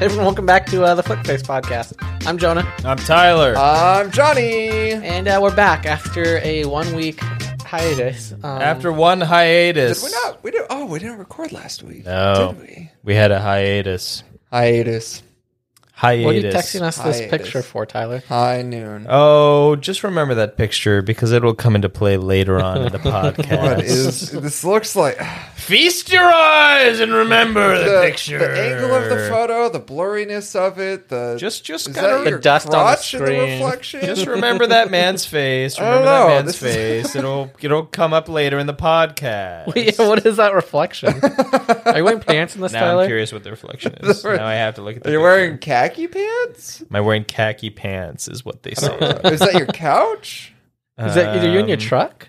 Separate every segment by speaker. Speaker 1: everyone, welcome back to uh, the Flickface podcast. I'm Jonah,
Speaker 2: I'm Tyler.
Speaker 3: Um, I'm Johnny.
Speaker 1: and uh, we're back after a one week hiatus. Um,
Speaker 2: After one hiatus,
Speaker 3: Did we not? We did. Oh, we didn't record last week.
Speaker 2: No.
Speaker 3: Did we?
Speaker 2: we had a hiatus.
Speaker 3: Hiatus.
Speaker 2: Hiatus.
Speaker 1: what are you texting us this
Speaker 3: Hiatus.
Speaker 1: picture for, Tyler?
Speaker 3: High noon.
Speaker 2: Oh, just remember that picture because it'll come into play later on in the podcast.
Speaker 3: What is this? Looks like
Speaker 2: Feast your eyes and remember the,
Speaker 3: the,
Speaker 2: picture.
Speaker 3: the angle of the photo, the blurriness of it, the
Speaker 2: Just, just
Speaker 3: is
Speaker 2: kind
Speaker 3: that
Speaker 2: of.
Speaker 3: your
Speaker 1: dust on the
Speaker 3: crotch in
Speaker 1: screen.
Speaker 3: reflection.
Speaker 2: Just remember that man's face.
Speaker 3: I don't
Speaker 2: Remember that
Speaker 3: know.
Speaker 2: man's
Speaker 3: This is-
Speaker 2: face. It'll it'll come up later in the podcast.
Speaker 1: Yeah, what is that reflection? are you wearing pants in this,
Speaker 2: now
Speaker 1: Tyler?
Speaker 2: I'm curious what the reflection is.
Speaker 3: The-
Speaker 2: now I have to look at the
Speaker 3: You're
Speaker 2: picture.
Speaker 3: wearing khaki pants.
Speaker 2: Am I wearing khaki pants? Is what they say.
Speaker 3: is that your couch?
Speaker 1: Is that either you in your
Speaker 2: Um,
Speaker 1: truck?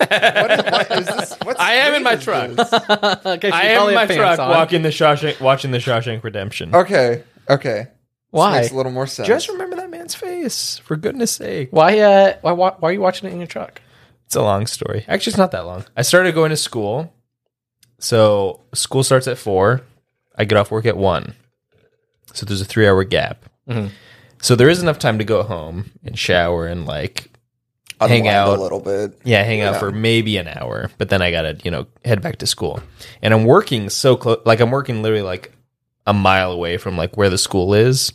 Speaker 3: What is, what is this? What's
Speaker 2: I am in my truck.
Speaker 1: Uh, Okay, so
Speaker 2: I
Speaker 1: you
Speaker 2: am
Speaker 1: probably
Speaker 2: in my
Speaker 1: have pants
Speaker 2: truck
Speaker 1: on.
Speaker 2: walking the Shawshank, watching the Shawshank Redemption.
Speaker 3: Okay. Okay. This
Speaker 1: Why?
Speaker 3: makes a little more sense.
Speaker 2: Just remember that man's face, for goodness sake.
Speaker 1: Why? Uh, why? Why why are you watching it in your truck?
Speaker 2: It's a long story. Actually, it's not that long. I started going to school. So school starts at four. I get off work at one. So there's a three hour gap. So there is enough time to go home and shower and like
Speaker 3: Unwind
Speaker 2: hang out.
Speaker 3: a little bit.
Speaker 2: Yeah, hang out for maybe an hour, but then I gotta, you know, head back to school. And I'm working so close, like I'm working literally like a mile away from like where the school is.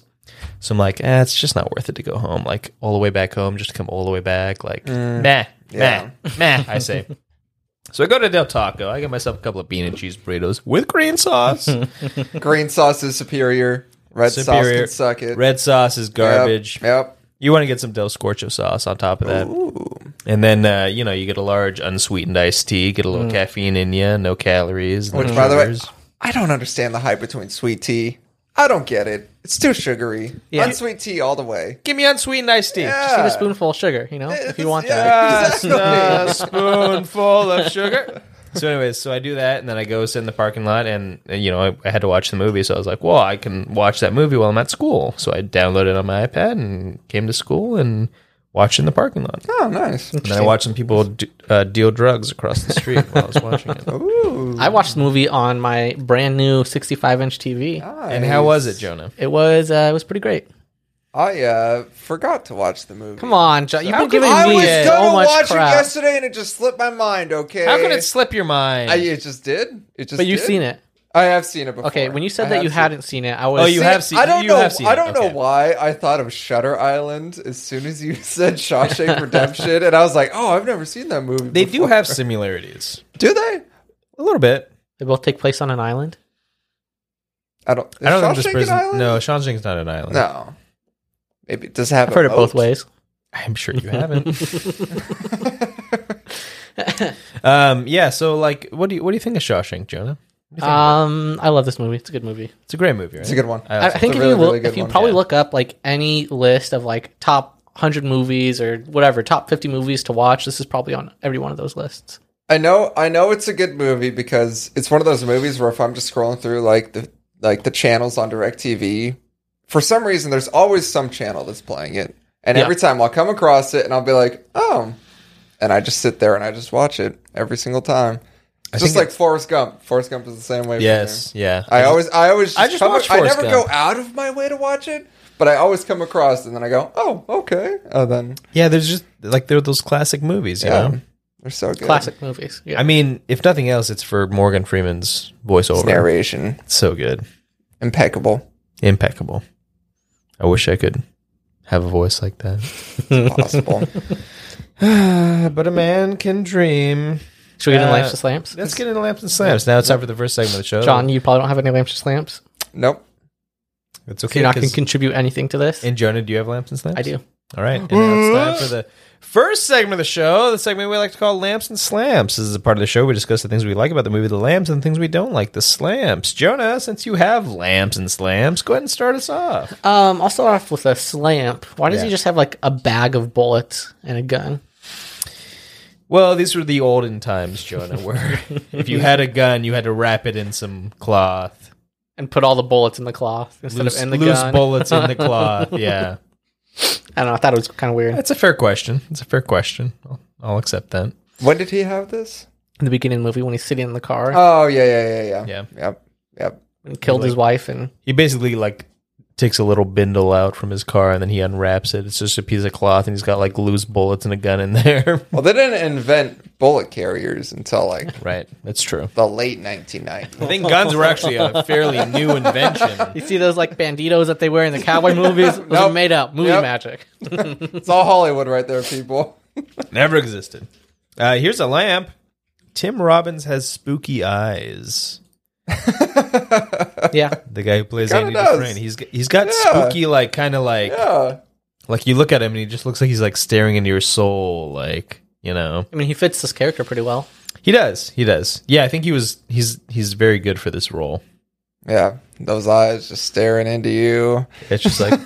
Speaker 2: So I'm like, eh, it's just not worth it to go home, like all the way back home, just to come all the way back, like meh,
Speaker 3: Yeah.
Speaker 2: meh, meh. I say. Mm. so I go to Del Taco. I get myself a couple of bean and cheese burritos with green sauce.
Speaker 3: Green sauce is superior. Red sauce
Speaker 2: Superior.
Speaker 3: can suck it.
Speaker 2: Red sauce is
Speaker 3: Yep,
Speaker 2: garbage.
Speaker 3: Yep.
Speaker 2: You want to get some Del Scorcho sauce on top of that.
Speaker 3: Ooh.
Speaker 2: And then uh, you know you get a large unsweetened iced tea, get a little caffeine in you, no calories. no
Speaker 3: Which, by the way,
Speaker 2: sugars.
Speaker 3: I don't understand the hype between sweet tea. I don't get it. It's too sugary.
Speaker 1: Yeah.
Speaker 3: Unsweet tea all the way.
Speaker 2: give me unsweetened iced tea.
Speaker 1: Just eat
Speaker 3: Yeah.
Speaker 1: a spoonful of sugar, you know, if you want that.
Speaker 2: Just
Speaker 3: Exactly.
Speaker 2: a spoonful of sugar. So, anyways, so I do that, and then I go sit in the parking lot, and uh, you know I, I had to watch the movie, so I was like, "Well, I can watch that movie while I'm at school." So I downloaded it on my iPad and came to school and watched in the parking lot.
Speaker 3: Oh, nice.
Speaker 2: And then I watched some people do, uh, deal drugs across the street while I was watching it.
Speaker 3: Ooh.
Speaker 1: I watched the movie on my brand new 65 inch TV.
Speaker 2: And how was it, Jonah?
Speaker 1: It was uh, it was pretty great.
Speaker 3: I uh, forgot to watch the movie.
Speaker 1: Come on, John. You've been giving
Speaker 3: I was
Speaker 1: me
Speaker 3: gonna
Speaker 1: so much
Speaker 3: watch it
Speaker 1: crap.
Speaker 3: yesterday, and it just slipped my mind. Okay.
Speaker 2: How can it slip your mind?
Speaker 3: I, it just did. It just.
Speaker 1: But you've
Speaker 3: did.
Speaker 1: seen it.
Speaker 3: I have seen it before.
Speaker 1: Okay, when you
Speaker 3: I
Speaker 1: said that
Speaker 3: have
Speaker 1: you
Speaker 3: seen it.
Speaker 1: hadn't seen it, I was
Speaker 2: Oh, you
Speaker 3: See,
Speaker 2: have seen
Speaker 3: I
Speaker 2: it.
Speaker 3: don't
Speaker 2: You
Speaker 3: know.
Speaker 2: have seen
Speaker 3: I
Speaker 2: it.
Speaker 3: don't
Speaker 2: Okay.
Speaker 3: know why I thought of Shutter Island as soon as you said Shawshank Redemption, and I was like, "Oh, I've never seen that movie."
Speaker 2: They do
Speaker 3: before.
Speaker 2: have similarities.
Speaker 3: do they?
Speaker 2: A little bit.
Speaker 1: They both take place on an island.
Speaker 3: I don't. Is
Speaker 2: I don't think
Speaker 3: Shawshank
Speaker 2: this
Speaker 3: an
Speaker 2: prison.
Speaker 3: island?
Speaker 2: No, Shawshank's not an island.
Speaker 3: no. Maybe it does have.
Speaker 1: I've heard it both ways.
Speaker 2: I'm sure you haven't. um, yeah. So, like, what do you what do you think of Shawshank, Jonah?
Speaker 1: Um, I love this movie. It's a good movie.
Speaker 2: It's a great movie. Right?
Speaker 3: It's a good one.
Speaker 1: I, I
Speaker 2: also-
Speaker 1: think
Speaker 3: a
Speaker 1: if
Speaker 3: really,
Speaker 1: you look,
Speaker 3: really good
Speaker 1: if you
Speaker 3: one,
Speaker 1: probably
Speaker 3: yeah.
Speaker 1: look up like any list of like top hundred movies or whatever, top fifty movies to watch, this is probably on every one of those lists.
Speaker 3: I know. I know it's a good movie because it's one of those movies where if I'm just scrolling through like the like the channels on Directv, for some reason there's always some channel that's playing it, and
Speaker 1: Yeah.
Speaker 3: every time I'll come across it and I'll be like, oh, and I just sit there and I just watch it every single time. just
Speaker 2: think
Speaker 3: like Forrest Gump. Forrest Gump is the same way. for
Speaker 2: yes.
Speaker 3: me.
Speaker 2: Yeah.
Speaker 3: I always, I always, just
Speaker 2: I just
Speaker 3: come-
Speaker 2: watch
Speaker 3: I
Speaker 2: Forrest
Speaker 3: never
Speaker 2: Gump.
Speaker 3: go out of my way to watch it, but I always come across and then I go, oh, okay. Oh, then
Speaker 2: yeah. There's just like there are those classic movies. You
Speaker 3: yeah,
Speaker 2: know.
Speaker 3: they're so good.
Speaker 1: Classic movies. Yeah.
Speaker 2: I mean, if nothing else, it's for Morgan Freeman's voiceover.
Speaker 3: narration,
Speaker 2: It's so good,
Speaker 3: impeccable.
Speaker 2: impeccable. I wish I could have a voice like that.
Speaker 3: possible.
Speaker 2: but a man can dream.
Speaker 1: Should we get in
Speaker 2: uh,
Speaker 1: lamps to slams?
Speaker 2: Let's get into lamps and slams. Now it's time for the first segment of the show.
Speaker 1: John, you probably don't have any lamps to slams.
Speaker 3: nope.
Speaker 2: it's
Speaker 1: So
Speaker 2: okay.
Speaker 1: you're not going
Speaker 2: 'cause-
Speaker 1: to contribute anything to this.
Speaker 2: And Jonah, do you have lamps and slams?
Speaker 1: I do.
Speaker 2: All right. And now it's time for the first segment of the show, the segment we like to call Lamps and Slams. This is a part of the show we discuss the things we like about the movie The Lambs and the things we don't like, the slams. Jonah, since you have lamps and slams, go ahead and start us off.
Speaker 1: Um, I'll start off with a slamp. Why does
Speaker 2: Yeah.
Speaker 1: he just have like a bag of bullets and a gun?
Speaker 2: Well, these were the olden times, Jonah, where if you had a gun, you had to wrap it in some cloth.
Speaker 1: and put all the bullets in the cloth instead
Speaker 2: Loose,
Speaker 1: of in the
Speaker 2: loose
Speaker 1: gun.
Speaker 2: bullets in the cloth. Yeah.
Speaker 1: I don't know. I thought it was kind of weird
Speaker 2: That's a fair question. It's a fair question. I'll, I'll accept that.
Speaker 3: When did he have this?
Speaker 2: Uh,
Speaker 1: in the beginning of the movie when he's sitting in the car.
Speaker 3: Oh yeah, yeah, yeah, yeah.
Speaker 2: Yeah.
Speaker 3: Yep. Yep.
Speaker 1: and killed his wife and
Speaker 2: He basically like takes a little bindle out from his car and then he unwraps it. It's just a piece of cloth and he's got like loose bullets and a gun in there.
Speaker 3: Well, they didn't invent bullet carriers until like
Speaker 2: right. That's true.
Speaker 3: the late 1990s.
Speaker 2: I think guns were actually a fairly new invention.
Speaker 1: you see those like banditos that they wear in the cowboy movies those are
Speaker 3: Nope.
Speaker 1: made up movie
Speaker 3: Yep.
Speaker 1: magic
Speaker 3: It's all Hollywood right there, people.
Speaker 2: Never existed. Uh, here's a lamp. Tim Robbins has spooky eyes.
Speaker 1: yeah
Speaker 2: The guy who plays
Speaker 3: Kinda
Speaker 2: Andy
Speaker 3: does.
Speaker 2: Dufresne. He's he's got
Speaker 3: Yeah.
Speaker 2: spooky, like kind of like
Speaker 3: Yeah.
Speaker 2: like you look at him and he just looks like he's like staring into your soul, like you know.
Speaker 1: i mean he fits this character pretty well
Speaker 2: He does. He does. Yeah, I think he was. He's he's very good for this role.
Speaker 3: Yeah. Those eyes just staring into you.
Speaker 2: It's just like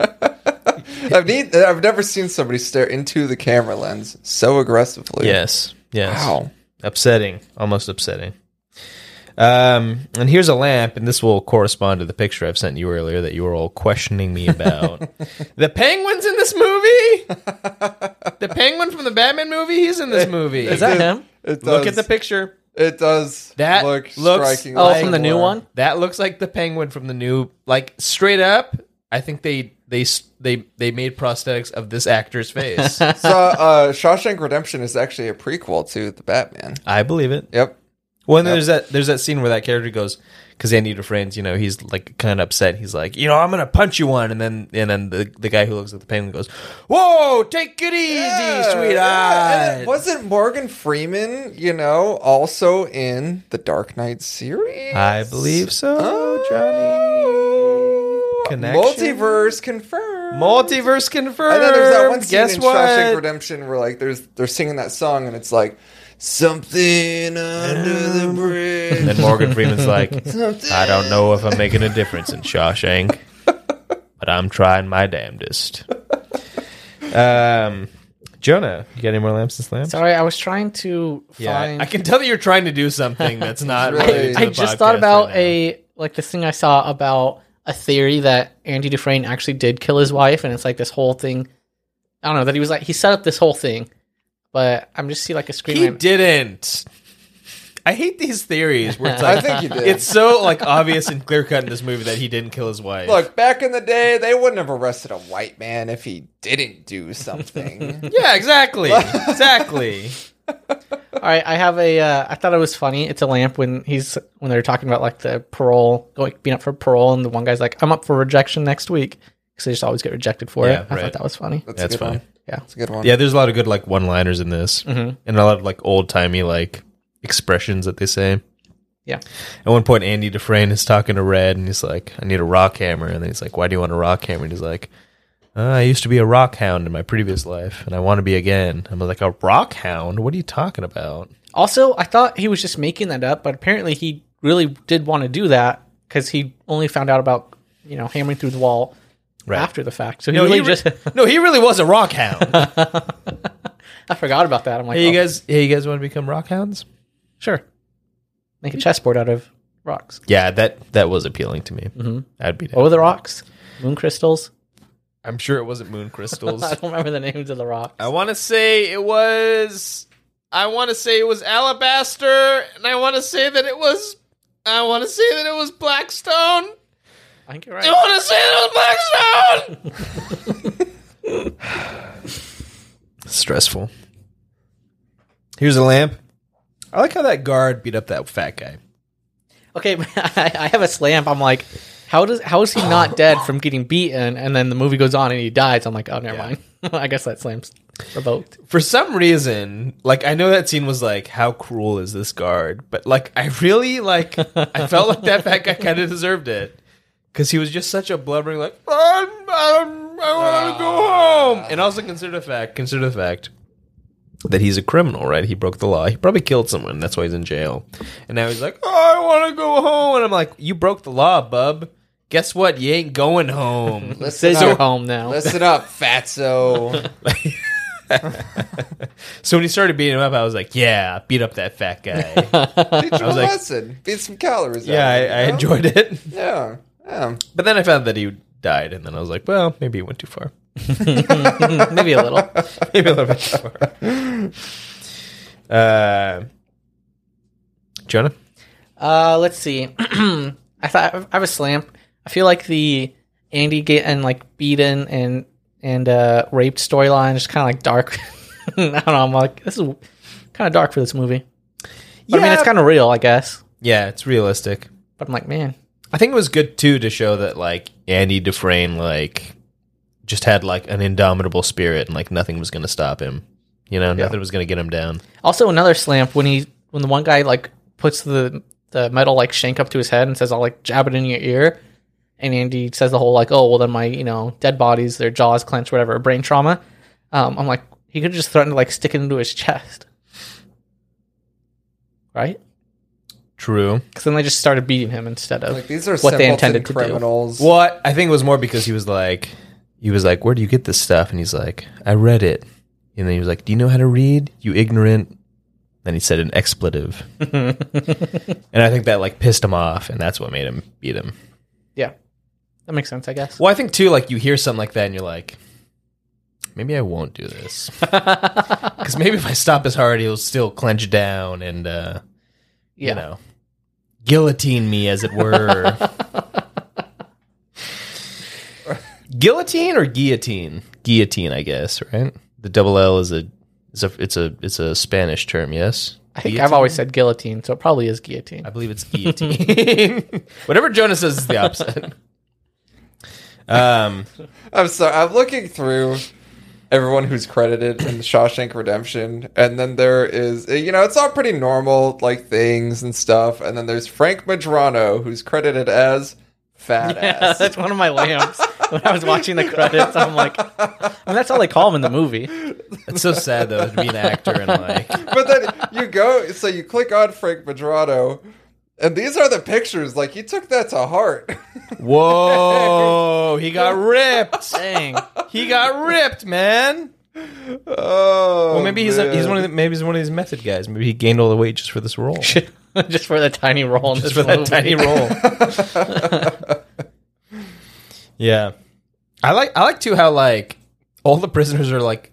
Speaker 3: I've need, I've never seen somebody stare into the camera lens so aggressively.
Speaker 2: yes, yes,
Speaker 3: Wow.
Speaker 2: upsetting, almost upsetting. Um, and here's a lamp, and this will correspond to the picture I've sent you earlier that you were all questioning me about. the penguin's in this movie. the penguin from the Batman movie. He's in this movie.
Speaker 1: is that him
Speaker 3: It does,
Speaker 2: Look at the picture.
Speaker 3: It does
Speaker 2: That
Speaker 3: look
Speaker 2: looks
Speaker 3: striking.
Speaker 1: oh
Speaker 2: Like
Speaker 1: from the new one
Speaker 2: That looks like the penguin from the new, like straight up. I think they they s- they they made prosthetics of this actor's face.
Speaker 3: So, uh, Shawshank Redemption is actually a prequel to the Batman.
Speaker 2: I believe it.
Speaker 3: Yep.
Speaker 2: Well, and there's that there's that scene where that character goes because Andy Dufresne's, you know, he's like kind of upset. He's like, you know, I'm gonna punch you one, and then and then the, the guy who looks at the penguin goes, "Whoa, take it easy,
Speaker 3: Yeah, and
Speaker 2: sweetheart."
Speaker 3: it- Wasn't Morgan Freeman, you know, also in the Dark Knight series?
Speaker 2: I believe so,
Speaker 3: Oh.
Speaker 2: Johnny. Connection.
Speaker 3: Multiverse confirmed.
Speaker 2: Multiverse confirmed.
Speaker 3: and then there's that one scene
Speaker 2: Guess
Speaker 3: in
Speaker 2: what?
Speaker 3: Shawshank Redemption where like there's they're singing that song and it's like something under the bridge.
Speaker 2: And Morgan Freeman's like, I don't know if I'm making a difference in Shawshank, but I'm trying my damnedest. Um, Jonah, you got any more lamps this lamp?
Speaker 1: sorry i was trying to find
Speaker 2: I can tell that you're trying to do something that's not
Speaker 3: Really?
Speaker 2: related to
Speaker 1: I
Speaker 2: the
Speaker 1: just
Speaker 2: podcast
Speaker 1: thought about
Speaker 2: right now.
Speaker 1: a like this thing I saw about a theory that Andy Dufresne actually did kill his wife, and it's like this whole thing. I don't know that he was like he set up this whole thing, but I'm just see like a screen.
Speaker 2: He
Speaker 1: right-
Speaker 2: didn't. I hate these theories where it's
Speaker 3: I
Speaker 2: like
Speaker 3: think you did.
Speaker 2: it's so like obvious and clear cut in this movie that he didn't kill his wife.
Speaker 3: Look, back in the day, they wouldn't have arrested a white man if he didn't do something.
Speaker 2: Yeah, exactly. Exactly.
Speaker 1: All right, I have a. Uh, I thought it was funny. It's a lamp when he's when they're talking about like the parole, like being up for parole, and the one guy's like, "I'm up for rejection next week," because they just always get rejected for
Speaker 2: Yeah,
Speaker 1: it. I
Speaker 2: right.
Speaker 1: thought that was funny.
Speaker 3: That's,
Speaker 2: That's
Speaker 3: a good
Speaker 2: fine.
Speaker 3: One.
Speaker 1: Yeah.
Speaker 3: That's a good one.
Speaker 2: Yeah, there's a lot of good like one liners in this,
Speaker 1: Mm-hmm.
Speaker 2: and a lot of like old timey like expressions that they say.
Speaker 1: Yeah.
Speaker 2: At one point, Andy Dufresne is talking to Red, and he's like, "I need a rock hammer," and then he's like, "Why do you want a rock hammer?" And he's like, uh, "I used to be a rock hound in my previous life, and I want to be again." I'm like, "A rock hound? What are you talking about?"
Speaker 1: Also, I thought he was just making that up, but apparently he really did want to do that because he only found out about you know hammering through the wall after the fact. So he really
Speaker 2: re-
Speaker 1: just
Speaker 2: no, he really was a rock hound.
Speaker 1: I forgot about that. I'm like,
Speaker 2: hey, you
Speaker 1: oh,
Speaker 2: guys, hey, you guys want to become rock hounds?
Speaker 1: sure, make a chessboard out of rocks.
Speaker 2: Yeah, that that was appealing to me. Mm-hmm. I'd be.
Speaker 1: What
Speaker 2: Down.
Speaker 1: were the rocks? Moon crystals.
Speaker 2: I'm sure it wasn't moon crystals.
Speaker 1: I don't remember the names of the rocks.
Speaker 2: I want to say it was. I want to say it was alabaster, and I want to say that it was. I want to say that it was blackstone. I
Speaker 1: I think you're right.
Speaker 2: want to say that it was blackstone. Stressful. Here's a lamp. I like how that guard beat up that fat guy.
Speaker 1: Okay, I, I have a slam. I'm like, how does how is he not dead from getting beaten? And then the movie goes on and he dies. I'm like, oh, never mind. I guess that slam's revoked.
Speaker 2: For some reason, like I know that scene was like, how cruel is this guard? But like I really like I felt like that fat guy kind of deserved it because he was just such a blubbering like "I'm- I'm- I want to go home. And also consider the fact, consider the fact that he's a criminal, right? He broke the law. He probably killed someone. That's why he's in jail. And now he's like, oh, I want to go home. And I'm like, you broke the law, bub. Guess what? You ain't going home.
Speaker 3: Listen
Speaker 1: Scissor
Speaker 3: up.
Speaker 1: home now.
Speaker 3: Listen up, fatso.
Speaker 2: so when he started beating him up, I was like, yeah, beat up that fat guy.
Speaker 3: Teach him a
Speaker 2: like-
Speaker 3: lesson. Beat some calories.
Speaker 2: Yeah,
Speaker 3: out
Speaker 2: I,
Speaker 3: of it,
Speaker 2: I
Speaker 3: you know?
Speaker 2: enjoyed it.
Speaker 3: Yeah. Yeah.
Speaker 2: But then I found that he died, and then I was like, well, maybe he went too far.
Speaker 1: Maybe a little.
Speaker 2: maybe a little bit too far. Uh, Jonah?
Speaker 1: Uh, let's see. I thought I have a slam. I feel like the Andy getting like beaten and and uh, raped storyline is kind of like dark. I don't know. I'm like this is kind of dark for this movie. But, I mean, it's kind of real, I guess.
Speaker 2: yeah, it's realistic.
Speaker 1: But I'm like, man,
Speaker 2: I think it was good too to show that like Andy Dufresne like just had like an indomitable spirit and like nothing was going to stop him. You know, nothing was going to get him down.
Speaker 1: Also, another slam when he when the one guy like puts the the metal like shank up to his head and says, "I'll like jab it in your ear," and Andy says the whole like, "Oh well, then my you know dead bodies, their jaws clenched, whatever, brain trauma." Um, I'm like, he could have just threatened to like stick it into his chest, right?
Speaker 2: True.
Speaker 1: Because then they just started beating him instead of
Speaker 3: Like these are
Speaker 1: what they
Speaker 3: simpleton
Speaker 1: intended to do.
Speaker 3: criminals.
Speaker 2: What I think it was more because he was like, he was like, "Where do you get this stuff?" And he's like, "I read it." And then he was like, "Do you know how to read? You ignorant." Then he said an expletive, and I think that like pissed him off, and that's what made him beat him.
Speaker 1: Yeah, that makes sense, I guess.
Speaker 2: Well, I think too, like you hear something like that, and you're like, maybe I won't do this because maybe if I stop as hard, he'll still clench down and uh,
Speaker 1: Yeah,
Speaker 2: you know, guillotine me, as it were. guillotine or guillotine? Guillotine, I guess. Right? The double L is a is a it's a it's a Spanish term. Yes,
Speaker 1: I think I've always said guillotine, so it probably is guillotine.
Speaker 2: I believe it's guillotine. Whatever Jonah says is the opposite. Um.
Speaker 3: I'm sorry. I'm looking through everyone who's credited in Shawshank Redemption, and then there is you know it's all pretty normal like things and stuff, and then there's Frank Madrano who's credited as fat
Speaker 1: Yeah,
Speaker 3: ass.
Speaker 1: that's one of my lamps. when I was watching the credits, I'm like, I mean, that's how they call him in the movie.
Speaker 2: It's so sad though to be an actor and like
Speaker 3: but then you go, so you click on Frank Madrano, and these are the pictures. Like he took that to heart.
Speaker 2: Whoa, he got ripped.
Speaker 1: Dang.
Speaker 2: He got ripped, man.
Speaker 3: oh,
Speaker 2: Well maybe he's a, he's one of
Speaker 3: the-
Speaker 2: the, maybe he's one of these method guys. Maybe he gained all the weight just for this role. Just
Speaker 1: just for the tiny role in this
Speaker 2: for that
Speaker 1: movie.
Speaker 2: tiny role. yeah. I like I like too how like all the prisoners are like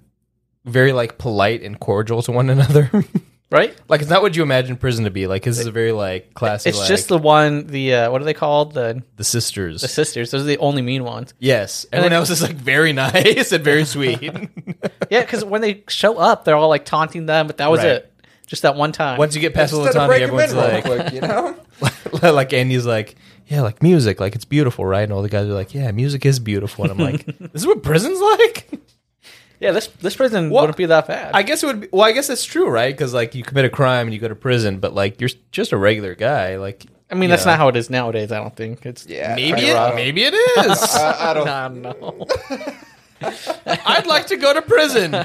Speaker 2: very like polite and cordial to one another.
Speaker 1: right?
Speaker 2: like it's not what you imagine prison to be. Like this is a very like classy
Speaker 1: It's
Speaker 2: like,
Speaker 1: just the one. The uh, what are they called? The
Speaker 2: the sisters.
Speaker 1: the sisters. Those are the only mean ones.
Speaker 2: yes. Everyone else is like very nice and very sweet.
Speaker 1: Yeah, because when they show up, they're all like taunting them. But that was
Speaker 2: Right.
Speaker 1: it. Just that one time.
Speaker 2: Once you get past
Speaker 3: instead of
Speaker 2: Latani,
Speaker 3: breaking
Speaker 2: everyone's
Speaker 3: in real
Speaker 2: like,
Speaker 3: quick, you know.
Speaker 2: like Andy's like, yeah, like music, like it's beautiful, right? And all the guys are like, yeah, music is beautiful. And I'm like, this is what prison's like.
Speaker 1: yeah, this this prison
Speaker 2: What?
Speaker 1: wouldn't be that bad.
Speaker 2: I guess it would. Be, well, I guess it's true, right? Because like you commit a crime and you go to prison, but like you're just a regular guy. Like
Speaker 1: I mean, that's
Speaker 2: Yeah.
Speaker 1: not how it is nowadays. I don't think it's.
Speaker 3: Yeah,
Speaker 2: maybe
Speaker 3: I,
Speaker 2: it, maybe it is.
Speaker 3: I, I don't.
Speaker 1: I don't know.
Speaker 2: I'd like to go to prison.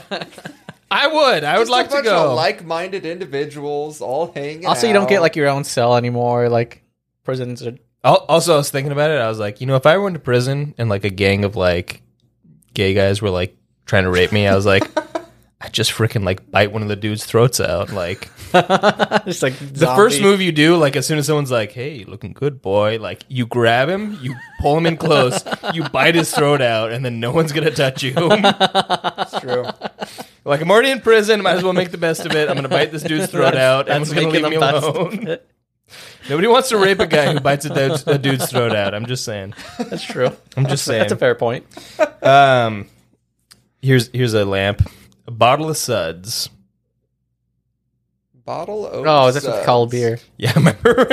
Speaker 2: I would. I would
Speaker 3: Just
Speaker 2: like
Speaker 3: a
Speaker 2: to
Speaker 3: bunch
Speaker 2: go.
Speaker 3: Of like-minded individuals all hanging.
Speaker 1: also, you don't get
Speaker 3: out.
Speaker 1: like your own cell anymore. Like prisons are
Speaker 2: Al- also, I was thinking about it. I was like, you know, if I went to prison and like a gang of like gay guys were like trying to rape me, I was like, I just freaking like bite one of the dude's throats out. Like
Speaker 1: just like
Speaker 2: the first move you do, like as soon as someone's like, "Hey, looking good, boy," like you grab him, you pull him in close, you bite his throat out, and then no one's gonna touch you. like
Speaker 3: It's true.
Speaker 2: I'm already in prison, might as well make the best of it. I'm gonna bite this dude's throat out.
Speaker 1: That's
Speaker 2: Everyone's gonna
Speaker 1: making
Speaker 2: leave me
Speaker 1: the best
Speaker 2: alone. Nobody wants to rape a guy who bites a, dude's- a dude's throat out. I'm just saying.
Speaker 1: That's true.
Speaker 2: I'm just saying.
Speaker 1: That's a fair point.
Speaker 2: Um, here's here's a lamp, a bottle of suds.
Speaker 3: Bottle of
Speaker 1: Oh, that's what's
Speaker 3: suds.
Speaker 1: called beer.
Speaker 2: Yeah, remember?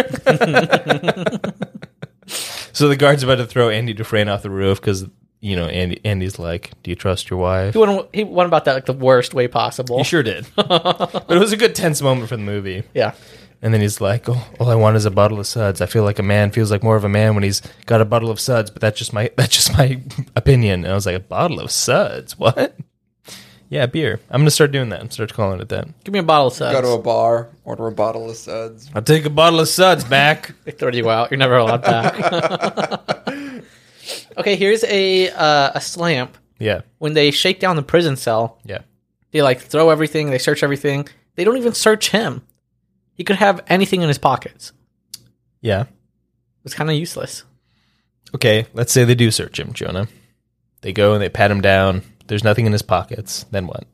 Speaker 2: so the guard's about to throw Andy Dufresne off the roof because you know Andy Andy's like, "Do you trust your wife?"
Speaker 1: He went, he went about that like the worst way possible.
Speaker 2: He sure did, but it was a good tense moment for the movie.
Speaker 1: yeah.
Speaker 2: And then he's like, "Oh, all I want is a bottle of suds. I feel like a man feels like more of a man when he's got a bottle of suds." But that's just my that's just my opinion. And I was like, "A bottle of suds? What?" Yeah, beer. I'm gonna start doing that. I'm start calling it that.
Speaker 1: Give me a bottle of suds.
Speaker 3: Go to a bar, order a bottle of suds.
Speaker 2: I'll take a bottle of suds back.
Speaker 1: They throw you out. You're never allowed back. okay, here's a uh, a slamp.
Speaker 2: yeah,
Speaker 1: When they shake down the prison cell,
Speaker 2: yeah.
Speaker 1: they like throw everything. They search everything. They don't even search him. He could have anything in his pockets.
Speaker 2: Yeah.
Speaker 1: It's kind of useless.
Speaker 2: Okay, let's say they do search him, Jonah. They go and they pat him down. There's nothing in his pockets. Then what?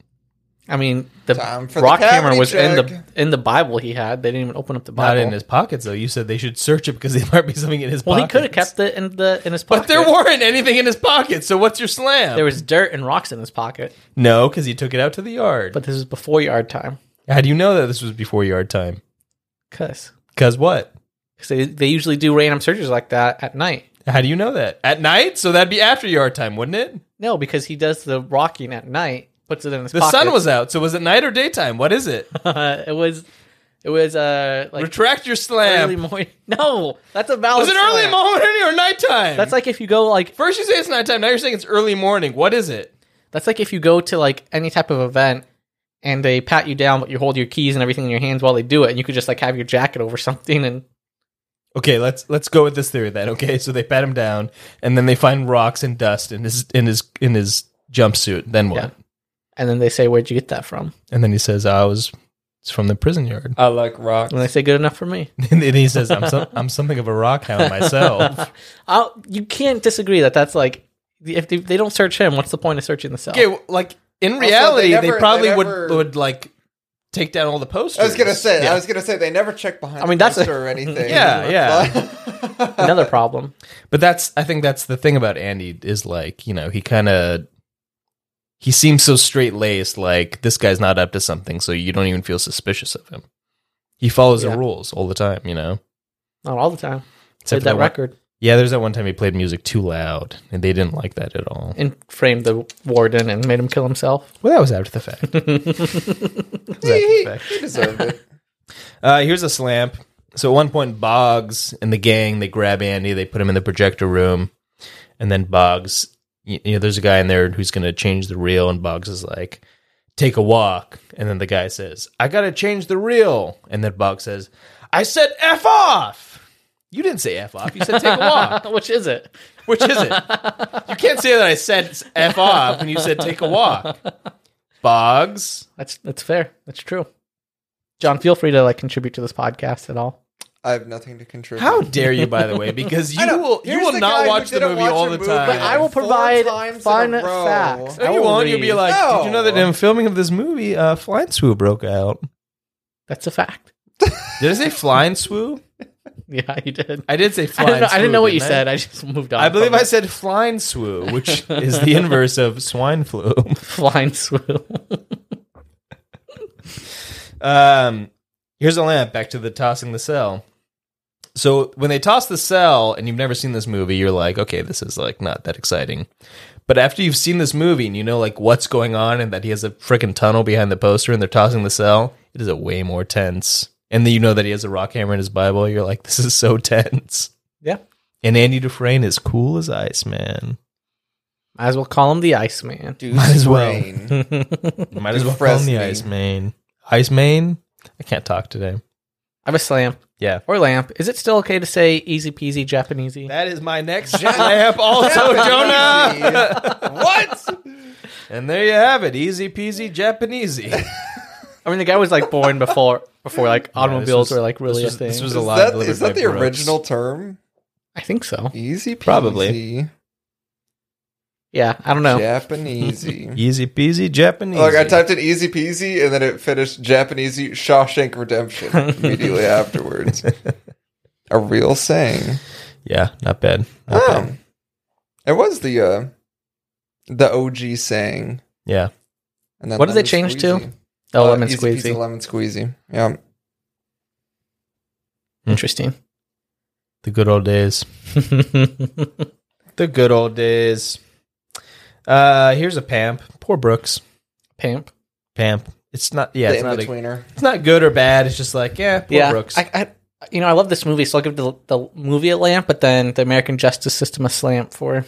Speaker 1: I mean, the
Speaker 3: Time for the
Speaker 1: rock hammer
Speaker 3: cavity
Speaker 1: was in the
Speaker 3: check.
Speaker 1: in the Bible he had. They didn't even open up the
Speaker 2: Not
Speaker 1: Bible.
Speaker 2: in his pockets though. You said they should search it because there might be something in his.
Speaker 1: well, he
Speaker 2: pockets.
Speaker 1: could have kept it in the in his pocket.
Speaker 2: But there weren't anything in his pocket. So what's your slam?
Speaker 1: There was dirt and rocks in his pocket.
Speaker 2: no, because he took it out to the yard.
Speaker 1: But this was before yard time.
Speaker 2: How do you know that this was before yard time?
Speaker 1: Cause,
Speaker 2: Because what?
Speaker 1: 'cause they, they usually do random searches like that at night.
Speaker 2: How do you know that? At night? So that'd be after yard time, wouldn't it?
Speaker 1: No, because he does the rocking at night, puts it in his
Speaker 2: The
Speaker 1: pocket.
Speaker 2: sun was out. So was it night or daytime? What is it?
Speaker 1: it was it was uh like
Speaker 2: Retract your
Speaker 1: early
Speaker 2: slam.
Speaker 1: morning. No, that's a valid.
Speaker 2: Was it early
Speaker 1: slam.
Speaker 2: morning or nighttime?
Speaker 1: That's like if you go like
Speaker 2: First you say it's nighttime. Now you're saying it's early morning. What is it?
Speaker 1: that's like if you go to like any type of event and they pat you down, but you hold your keys and everything in your hands while they do it, and you could just like have your jacket over something and
Speaker 2: Okay, let's let's go with this theory then. Okay, so they pat him down, and then they find rocks and dust in his in his in his jumpsuit. Then what?
Speaker 1: Yeah. and then they say, "Where'd you get that from?"
Speaker 2: And then he says, "I was it's from the prison yard."
Speaker 3: I like rocks.
Speaker 1: And they say, "Good enough for me."
Speaker 2: and then he says, "I'm some, I'm something of a rock hound myself."
Speaker 1: I'll, you can't disagree that that's like if they, they don't search him, what's the point of searching the cell?
Speaker 2: okay, well, like in
Speaker 3: they
Speaker 2: reality, they,
Speaker 3: never-
Speaker 2: probably
Speaker 3: they
Speaker 2: would
Speaker 3: never-
Speaker 2: would like take down all the posters.
Speaker 3: I was gonna say.
Speaker 2: Yeah.
Speaker 3: I was gonna say they never check behind.
Speaker 1: I mean,
Speaker 3: the
Speaker 1: that's a-
Speaker 3: poster or anything.
Speaker 2: Yeah, yeah.
Speaker 3: But-
Speaker 1: Another problem.
Speaker 2: But that's I think that's the thing about Andy is like, you know, he kind of he seems so straight laced like this guy's not up to something, so you don't even feel suspicious of him. He follows
Speaker 1: Yeah.
Speaker 2: the rules all the time, you know.
Speaker 1: Not all the time. Played
Speaker 2: Except for
Speaker 1: that
Speaker 2: one-
Speaker 1: record
Speaker 2: yeah, there's that one time he played music too loud and they didn't like that at all.
Speaker 1: and framed the warden and made him kill himself.
Speaker 2: Well, that was after the fact. That was after the
Speaker 3: he,
Speaker 2: fact.
Speaker 3: he deserved it.
Speaker 2: Uh, here's a slamp. So at one point, Boggs and the gang they grab Andy, they put him in the projector room, and then Boggs, you, you know, there's a guy in there who's going to change the reel, and Boggs is like, "Take a walk," and then the guy says, "I got to change the reel," and then Boggs says, "I said f off." You didn't say f off. You said take a walk.
Speaker 1: Which is it?
Speaker 2: Which is it? You can't say that I said f off when you said take a walk. Boggs.
Speaker 1: That's that's fair. That's true. John, feel free to like contribute to this podcast at all.
Speaker 3: I have nothing to contribute.
Speaker 2: How dare you, by the way, because you
Speaker 3: I know.
Speaker 2: will you
Speaker 3: Here's
Speaker 2: will
Speaker 3: the
Speaker 2: not
Speaker 3: guy
Speaker 2: watch the
Speaker 3: who didn't
Speaker 2: movie
Speaker 3: watch
Speaker 2: all
Speaker 3: a
Speaker 2: the
Speaker 3: movie,
Speaker 2: time.
Speaker 1: But I will
Speaker 3: Four
Speaker 1: provide
Speaker 3: times in a
Speaker 1: fun
Speaker 3: row.
Speaker 1: facts.
Speaker 2: No,
Speaker 1: I
Speaker 2: you
Speaker 1: will
Speaker 2: won't. You'll be
Speaker 1: read.
Speaker 2: like, did you know that
Speaker 3: No.
Speaker 2: in filming of this movie, uh, flying swoo broke out?
Speaker 1: That's a fact.
Speaker 2: Did I say flying swoo?
Speaker 1: Yeah, you did.
Speaker 2: I did say
Speaker 1: I
Speaker 2: flying
Speaker 1: didn't know, I didn't
Speaker 2: swoo,
Speaker 1: know what you
Speaker 2: didn't I?
Speaker 1: said. Uh-huh. I just moved on.
Speaker 2: I believe
Speaker 1: from
Speaker 2: I
Speaker 1: it.
Speaker 2: said flying swoo, which is the inverse of swine flu.
Speaker 1: flying swoon.
Speaker 2: Um, here's a lamp. Back to the tossing the cell. So when they toss the cell, and you've never seen this movie, you're like, okay, this is like not that exciting. But after you've seen this movie and you know like what's going on, and that he has a freaking tunnel behind the poster, and they're tossing the cell, it is a way more tense. And then you know that he has a rock hammer in his Bible. You're like, this is so tense.
Speaker 1: yeah.
Speaker 2: And Andy Dufresne is cool as ice, man.
Speaker 1: Might as well call him the Iceman.
Speaker 3: Deuce
Speaker 2: Might as well.
Speaker 3: Rain.
Speaker 2: Might as well call him the
Speaker 3: Dufresne.
Speaker 2: Ice Man. Ice Man. I can't talk today.
Speaker 1: I have a slam
Speaker 2: Yeah.
Speaker 1: or lamp. Is it still okay to say easy peasy Japanesey?
Speaker 2: That is my next lamp, also Jonah.
Speaker 3: what?
Speaker 2: and there you have it, easy peasy Japanesey.
Speaker 1: I mean, the guy was like born before before like automobiles
Speaker 2: was-
Speaker 1: were like really a
Speaker 2: this was-
Speaker 1: thing.
Speaker 2: this was
Speaker 3: Is
Speaker 2: a line
Speaker 3: that,
Speaker 2: delivered
Speaker 3: is
Speaker 2: by
Speaker 3: that the
Speaker 2: Brooks.
Speaker 3: original term?
Speaker 1: I think so.
Speaker 3: Easy, peasy,
Speaker 2: Probably.
Speaker 1: Yeah, I don't know.
Speaker 3: Japanesey.
Speaker 2: Easy peasy Japanesey.
Speaker 3: Look, Oh, I typed in easy peasy and then it finished Japanesey Shawshank Redemption immediately afterwards. A real saying.
Speaker 2: yeah, not bad. Not
Speaker 3: Oh.
Speaker 2: bad.
Speaker 3: It was the uh the OG saying.
Speaker 2: Yeah.
Speaker 3: And then
Speaker 1: What did they
Speaker 3: lemon
Speaker 1: change to?
Speaker 3: squeezy.
Speaker 1: Oh,
Speaker 3: Uh,
Speaker 1: lemon
Speaker 3: easy
Speaker 1: squeezy.
Speaker 3: peasy lemon squeezy. Yeah.
Speaker 1: Interesting.
Speaker 2: The good old days. The good old days. Uh here's a pamp. Poor Brooks.
Speaker 1: Pamp.
Speaker 2: Pamp. It's not yeah,
Speaker 3: the
Speaker 2: it's not a,
Speaker 3: in-betweener.
Speaker 2: it's not good or bad. It's just like, yeah, poor
Speaker 1: yeah,
Speaker 2: Brooks.
Speaker 1: I, I, you know, I love this movie, so I'll give the, the movie a lamp, but then the American justice system a slant for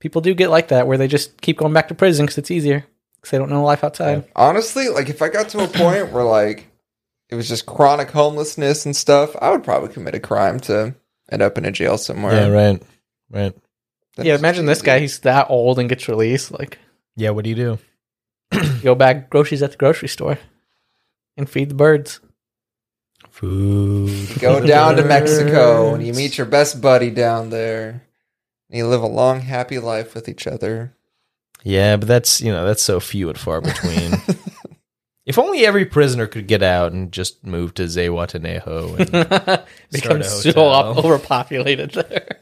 Speaker 1: people do get like that, where they just keep going back to prison because it's easier because they don't know life outside.
Speaker 3: Honestly, like if I got to a point where like it was just chronic homelessness and stuff, I would probably commit a crime to end up in a jail somewhere.
Speaker 2: yeah, right. Right.
Speaker 1: Yeah,
Speaker 3: That's
Speaker 1: imagine this
Speaker 3: easy.
Speaker 1: guy; he's that old and gets released. Like,
Speaker 2: Yeah, what do you do?
Speaker 1: go bag groceries at the grocery store and feed the birds.
Speaker 2: Food.
Speaker 3: Go down to Mexico and you meet your best buddy down there. And you live a long, happy life with each other.
Speaker 2: Yeah, but that's you know that's so few and far between. If only every prisoner could get out and just move to Zewatanejo and
Speaker 1: becomes
Speaker 2: Start a
Speaker 1: so
Speaker 2: hotel.
Speaker 1: op- overpopulated there.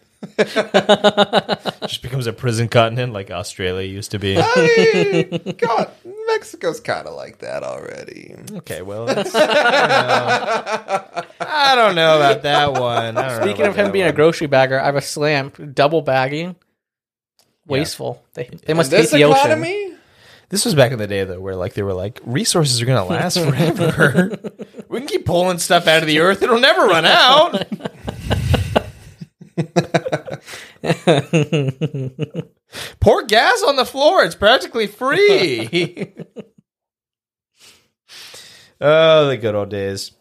Speaker 2: just becomes a prison continent like Australia used to be.
Speaker 3: I mean, God, Mexico's kind of like that already.
Speaker 2: okay, well, that's, I, don't know. I don't know about that one. I don't know
Speaker 1: Speaking
Speaker 2: about
Speaker 1: of him
Speaker 2: that
Speaker 1: being a
Speaker 2: one.
Speaker 1: grocery bagger, I have a slam double bagging. Wasteful. They, they must hate
Speaker 3: This
Speaker 1: the ocean.
Speaker 3: economy,
Speaker 2: This was back in the day though, where like they were like resources are gonna last forever. we can keep pulling stuff out of the earth; it'll never run out. Pour gas on the floor; it's practically free. oh, the good old days.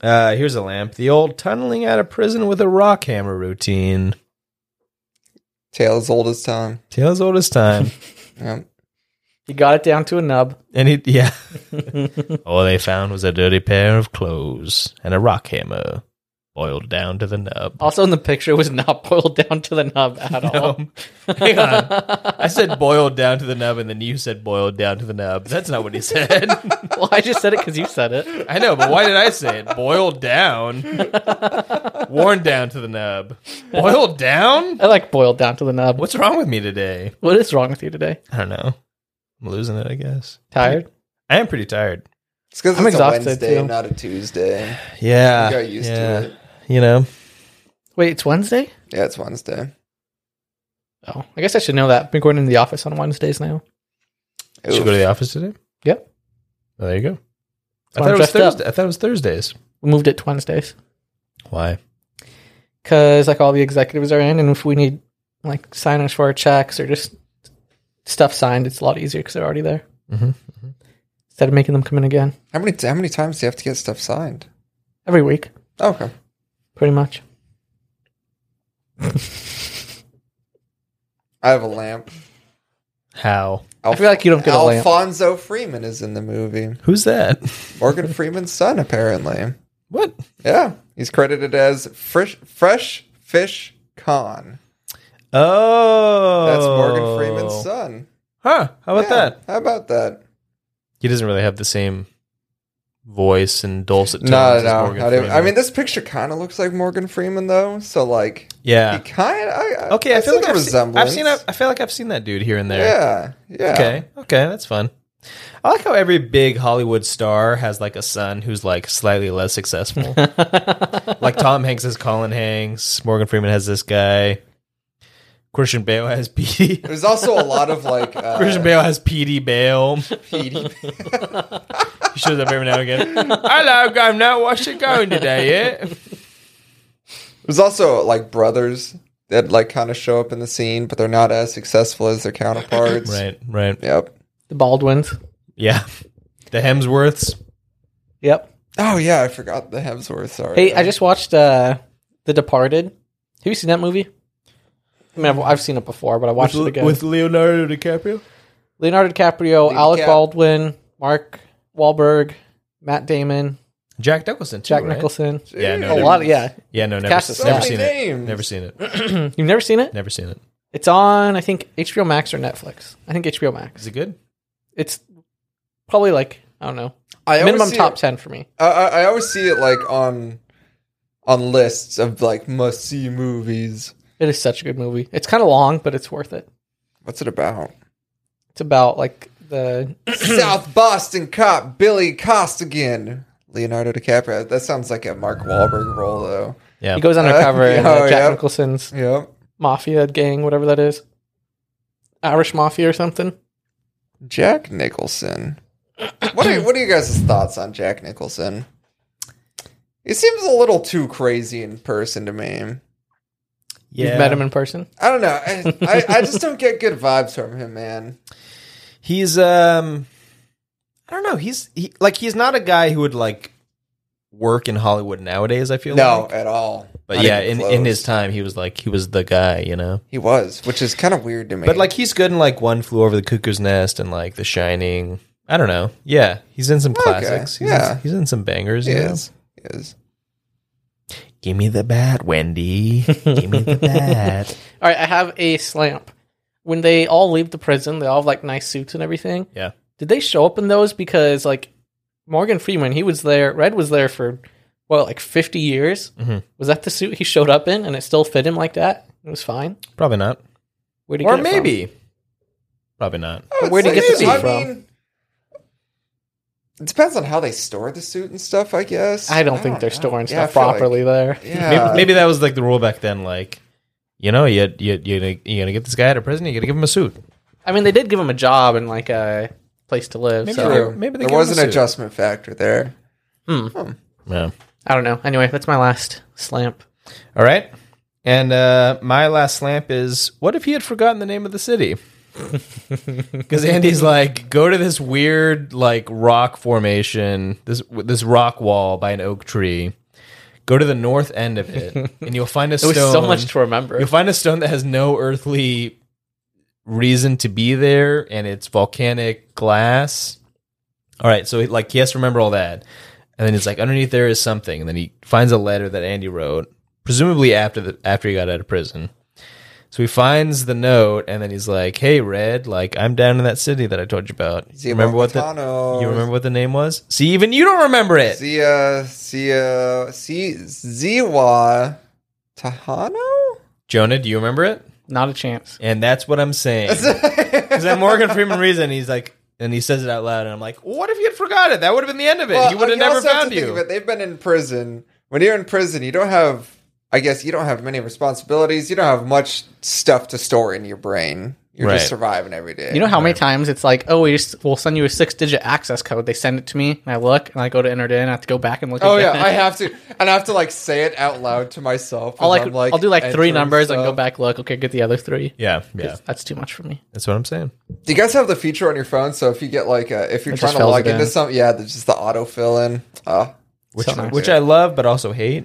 Speaker 2: Uh, here's a lamp. The old tunneling out of prison with a rock hammer routine.
Speaker 3: tale as old as time.
Speaker 2: Tale as old as time.
Speaker 3: Yep.
Speaker 1: You got it down to a nub.
Speaker 2: And he, yeah. All they found was a dirty pair of clothes and a rock hammer boiled down to the nub.
Speaker 1: Also in the picture it was not boiled down to the nub at all.
Speaker 2: Um, hang on. I said boiled down to the nub, and then you said boiled down to the nub. That's not what he said.
Speaker 1: Well, I just said it because you said it.
Speaker 2: I know, but why did I say it? Boiled down. Worn down to the nub. Boiled down?
Speaker 1: I like boiled down to the nub.
Speaker 2: What's wrong with me today?
Speaker 1: What is wrong with you today?
Speaker 2: I don't know. I'm losing it, I guess.
Speaker 1: Tired?
Speaker 2: I am pretty tired.
Speaker 3: It's because
Speaker 1: I'm
Speaker 3: it's a
Speaker 1: exhausted,
Speaker 3: Wednesday,
Speaker 1: too. Ah,
Speaker 3: not a Tuesday.
Speaker 2: Yeah.
Speaker 3: You got used to it.
Speaker 2: You know?
Speaker 1: Wait, it's Wednesday?
Speaker 3: Yeah, it's Wednesday.
Speaker 1: Oh, I guess I should know that. I've been going into the office on Wednesdays now.
Speaker 2: Did you
Speaker 3: Oof.
Speaker 2: go to the office today?
Speaker 1: Yeah.
Speaker 2: Oh, there you go. I
Speaker 1: why
Speaker 2: thought
Speaker 1: I'm
Speaker 2: it was
Speaker 1: dressed up.
Speaker 2: Thursday. I thought it was Thursdays.
Speaker 1: We moved it to Wednesdays
Speaker 2: Why?
Speaker 1: because like all the executives are in, and if we need like signers for our checks or just stuff signed, it's a lot easier because they're already there.
Speaker 2: Mhm,
Speaker 1: Instead of making them come in again
Speaker 3: How many how many times do you have to get stuff signed?
Speaker 1: every week,
Speaker 3: Oh, okay.
Speaker 1: pretty much.
Speaker 3: I have a lamp.
Speaker 2: How?
Speaker 1: I feel like you don't get a lamp.
Speaker 3: Alfonso Freeman is in the movie.
Speaker 2: Who's that?
Speaker 3: Morgan Freeman's son, apparently.
Speaker 2: What?
Speaker 3: Yeah, he's credited as Fresh Fresh Fish Khan.
Speaker 2: Oh,
Speaker 3: That's Morgan Freeman's son.
Speaker 2: Huh? How about
Speaker 3: Yeah,
Speaker 2: that?
Speaker 3: How about that?
Speaker 2: He doesn't really have the same voice and dulcet tones
Speaker 3: No,
Speaker 2: as
Speaker 3: no,
Speaker 2: Morgan
Speaker 3: no. I, didn't- I
Speaker 2: Freeman.
Speaker 3: mean, this picture kind of looks like Morgan Freeman, though. So, like,
Speaker 2: yeah.
Speaker 3: he kind of.
Speaker 2: Okay, I feel like
Speaker 3: a
Speaker 2: I've seen,
Speaker 3: resemblance.
Speaker 2: I've seen. I feel like I've seen that dude here and there.
Speaker 3: Yeah, yeah.
Speaker 2: Okay. Okay, that's fun. I like how every big Hollywood star has like a son who's like slightly less successful. like Tom Hanks has Colin Hanks, Morgan Freeman has this guy, Christian Bale has Petey.
Speaker 3: There's also a lot of like uh,
Speaker 2: Christian Bale has Petey Bale. He
Speaker 3: PD
Speaker 2: shows up every now and again. Hello, I'm not washing going today yet.
Speaker 3: There's also like brothers that like kind of show up in the scene, but they're not as successful as their counterparts.
Speaker 2: Right, right.
Speaker 3: Yep.
Speaker 1: The Baldwins.
Speaker 2: Yeah. The Hemsworths.
Speaker 1: Yep.
Speaker 3: Oh yeah, I forgot the Hemsworth. Sorry.
Speaker 1: Hey, I just watched uh, The Departed. Have you seen that movie? I mean, I've, I've seen it before, but I watched it again.
Speaker 2: with Leonardo DiCaprio.
Speaker 1: Leonardo DiCaprio,
Speaker 3: Lead
Speaker 1: Alec
Speaker 3: cap.
Speaker 1: Baldwin, Mark Wahlberg, Matt Damon,
Speaker 2: Jack Nicholson. too,
Speaker 1: Jack
Speaker 2: right?
Speaker 1: Nicholson.
Speaker 2: Yeah, no,
Speaker 1: A
Speaker 2: Dude.
Speaker 1: lot, of, yeah.
Speaker 2: Yeah, no, never,
Speaker 1: Cast is
Speaker 2: never
Speaker 1: stacked.
Speaker 2: seen it.
Speaker 3: names.
Speaker 2: Never seen it.
Speaker 1: You've never seen it?
Speaker 2: Never seen it.
Speaker 1: It's on, I think, HBO Max or Netflix. I think HBO Max.
Speaker 2: Is it good?
Speaker 1: It's probably like, I don't know,
Speaker 3: I always
Speaker 1: minimum
Speaker 3: see
Speaker 1: top
Speaker 3: It,
Speaker 1: 10 for me.
Speaker 3: I, I I always see it like on on lists of like must see movies.
Speaker 1: It is such a good movie. It's kind of long, but it's worth it.
Speaker 3: What's it about?
Speaker 1: It's about like the.
Speaker 3: South Boston cop Billy Costigan. Leonardo DiCaprio. That sounds like a Mark Wahlberg role, though.
Speaker 2: Yeah.
Speaker 1: He goes undercover in uh,
Speaker 3: Oh,
Speaker 1: Jack
Speaker 3: yeah.
Speaker 1: Nicholson's
Speaker 3: Yep.
Speaker 1: mafia gang, whatever that is. Irish mafia or something.
Speaker 3: Jack Nicholson. What are what are you guys' thoughts on Jack Nicholson? He seems a little too crazy in person to me.
Speaker 2: yeah.
Speaker 1: You've met him in person.
Speaker 3: I don't know. I, I, I just don't get good vibes from him, man.
Speaker 2: He's um I don't know, he's he, like he's not a guy who would like work in Hollywood nowadays, I feel
Speaker 3: No,
Speaker 2: like.
Speaker 3: at all.
Speaker 2: But
Speaker 3: Not
Speaker 2: yeah,
Speaker 3: even
Speaker 2: in,
Speaker 3: close.
Speaker 2: in his time he was like he was the guy, you know.
Speaker 3: he was, which is kind of weird to me.
Speaker 2: But like he's good in like One Flew Over the Cuckoo's Nest and like The Shining. I don't know. Yeah, he's in some classics. He's,
Speaker 3: yeah.
Speaker 2: in, he's in some bangers.
Speaker 3: he
Speaker 2: you know?
Speaker 3: is, he is.
Speaker 2: Give me the bat, Wendy. Give me the bat.
Speaker 1: All right, I have a slamp. When they all leave the prison, they all have like nice suits and everything.
Speaker 2: Yeah.
Speaker 1: Did they show up in those? Because like Morgan Freeman, he was there. Red was there for well, like fifty years.
Speaker 2: Mhm.
Speaker 1: Was that the suit he showed up in, and it still fit him like that? It was fine.
Speaker 2: Probably not.
Speaker 1: Where
Speaker 2: Or maybe. Probably not.
Speaker 3: But
Speaker 1: Where'd you
Speaker 3: it's
Speaker 1: get the suit
Speaker 3: like-
Speaker 1: from?
Speaker 3: it depends on how they store the suit and stuff, I guess.
Speaker 1: I don't think they're
Speaker 3: know.
Speaker 1: storing
Speaker 3: Yeah, I
Speaker 1: stuff
Speaker 3: feel like-
Speaker 1: properly there.
Speaker 3: yeah.
Speaker 2: Maybe, maybe that was like the rule back then. Like, you know, you you you're gonna, you're gonna get this guy out of prison. You're gonna give him a suit.
Speaker 1: I mean, they did give him a job and like a place to live.
Speaker 2: Maybe
Speaker 1: so
Speaker 2: they-
Speaker 3: True.
Speaker 2: Maybe
Speaker 3: there
Speaker 2: give
Speaker 3: was
Speaker 2: him
Speaker 3: an
Speaker 2: a suit.
Speaker 3: adjustment factor there.
Speaker 2: Yeah.
Speaker 1: I don't know. Anyway, that's my last slamp.
Speaker 2: All right. And uh, my last slamp is: what if he had forgotten the name of the city? Because Andy's like, go to this weird like rock formation, this this rock wall by an oak tree. Go to the north end of it, and you'll find a
Speaker 1: It
Speaker 2: stone.
Speaker 1: was so much to remember.
Speaker 2: You'll find a stone that has no earthly reason to be there, and it's volcanic glass. All right, so he, like he has to remember all that, and then he's like, underneath there is something, and then he finds a letter that Andy wrote, presumably after the after he got out of prison. So he finds the note, and then he's like, "Hey, Red, like I'm down in that city that I told you about.
Speaker 3: Zia
Speaker 2: remember what the
Speaker 3: Volcano.
Speaker 2: you remember what the name was? See, even you don't remember it.
Speaker 3: Zia, Zia, Z, Ziwa Tahano?
Speaker 2: Jonah, do you remember it?
Speaker 1: Not a chance.
Speaker 2: And that's what I'm saying. Because then Morgan Freeman reads it and he's like, and he says it out loud, and I'm like, what if you had forgot it? That would have been the end of it. he would have never
Speaker 3: Uh, also
Speaker 2: found
Speaker 3: to think
Speaker 2: you.
Speaker 3: of it, They've been in prison. When you're in prison, you don't have, I guess, you don't have many responsibilities. You don't have much stuff to store in your brain. You're
Speaker 2: Right.
Speaker 3: just surviving every day.
Speaker 1: You know how many times it's like, oh, we just, we'll send you a six-digit access code. They send it to me, and I look, and I go to enter it in. I have to go back and look.
Speaker 3: Oh yeah,
Speaker 1: again.
Speaker 3: I have to, and I have to like say it out loud to myself.
Speaker 1: I'll
Speaker 3: as
Speaker 1: like,
Speaker 3: I'm,
Speaker 1: I'll do like three
Speaker 3: entering
Speaker 1: numbers and go
Speaker 3: stuff.
Speaker 1: back look. Okay, get the other three.
Speaker 2: yeah, yeah.
Speaker 1: That's too much for me.
Speaker 2: That's what I'm saying.
Speaker 3: Do you guys have the feature on your phone? So if you get like, a, if
Speaker 1: It
Speaker 3: you're
Speaker 1: just
Speaker 3: trying to
Speaker 1: fills
Speaker 3: log
Speaker 1: it
Speaker 3: into
Speaker 1: in.
Speaker 3: something, yeah, there's just the autofill in. Oh.
Speaker 2: Which,
Speaker 1: So nice.
Speaker 2: which I love, but also hate.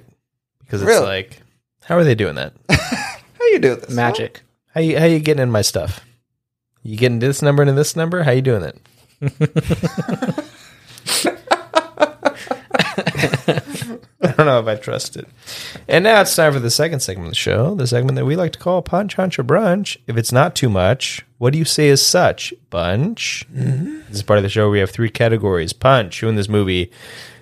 Speaker 2: Because it's
Speaker 3: Really?
Speaker 2: like, how are they doing that?
Speaker 3: How you do this?
Speaker 1: Magic.
Speaker 2: How you, how you getting in my stuff? You getting this number into this number? How you doing it? I don't know if I trust it. And now it's time for the second segment of the show, the segment that we like to call Punch Hunch or Brunch. If it's not too much, what do you say is such? Bunch. This is part of the show. where We have three categories punch, who in this movie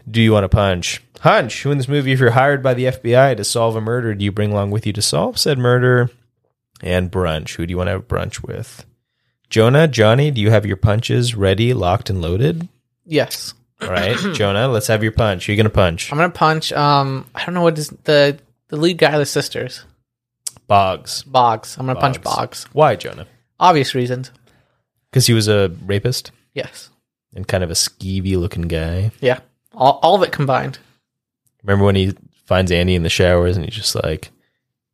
Speaker 2: do you want to punch? Hunch, who in this movie, if you're hired by the FBI to solve a murder, do you bring along with you to solve said murder? and brunch. Who do you want to have brunch with? Jonah, Johnny, do you have your punches ready, locked, and loaded?
Speaker 1: Yes,
Speaker 2: All right, Jonah, let's have your punch. Who you going to punch?
Speaker 1: I'm gonna punch. Um, I don't know what is the the lead guy of the sisters.
Speaker 2: Boggs.
Speaker 1: Boggs. I'm gonna punch
Speaker 2: Boggs.
Speaker 1: Boggs.
Speaker 2: Why, Jonah?
Speaker 1: Obvious reasons.
Speaker 2: Because he was a rapist
Speaker 1: Yes.
Speaker 2: and kind of a skeevy looking guy.
Speaker 1: Yeah. All, all of it combined.
Speaker 2: Remember when he finds Andy in the showers and he's just like,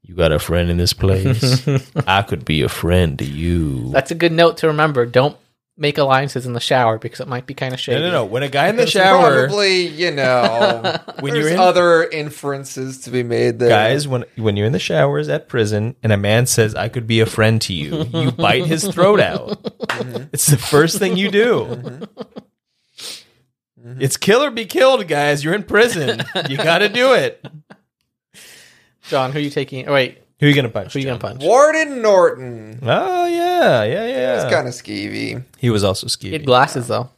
Speaker 2: You got a friend in this place? I could be a friend to you.
Speaker 1: That's a good note to remember. Don't make alliances in the shower because it might be kind of shady.
Speaker 2: No, no, no. When a guy in the
Speaker 3: It's
Speaker 2: shower,
Speaker 3: Probably, you know.
Speaker 2: when
Speaker 3: there's
Speaker 2: you're in
Speaker 3: other inferences to be made there.
Speaker 2: guys when when you're in the showers at prison and a man says i could be a friend to you you bite his throat out it's the first thing you do it's kill or be killed guys you're in prison you gotta do it
Speaker 1: John, who are you taking? Oh, wait,
Speaker 2: who are you gonna punch
Speaker 1: who are you gonna punch?
Speaker 3: Warden Norton.
Speaker 2: oh yeah yeah
Speaker 3: That's
Speaker 2: yeah
Speaker 3: kind of skeevy.
Speaker 2: he was also
Speaker 1: He had
Speaker 2: skeevy
Speaker 1: glasses though.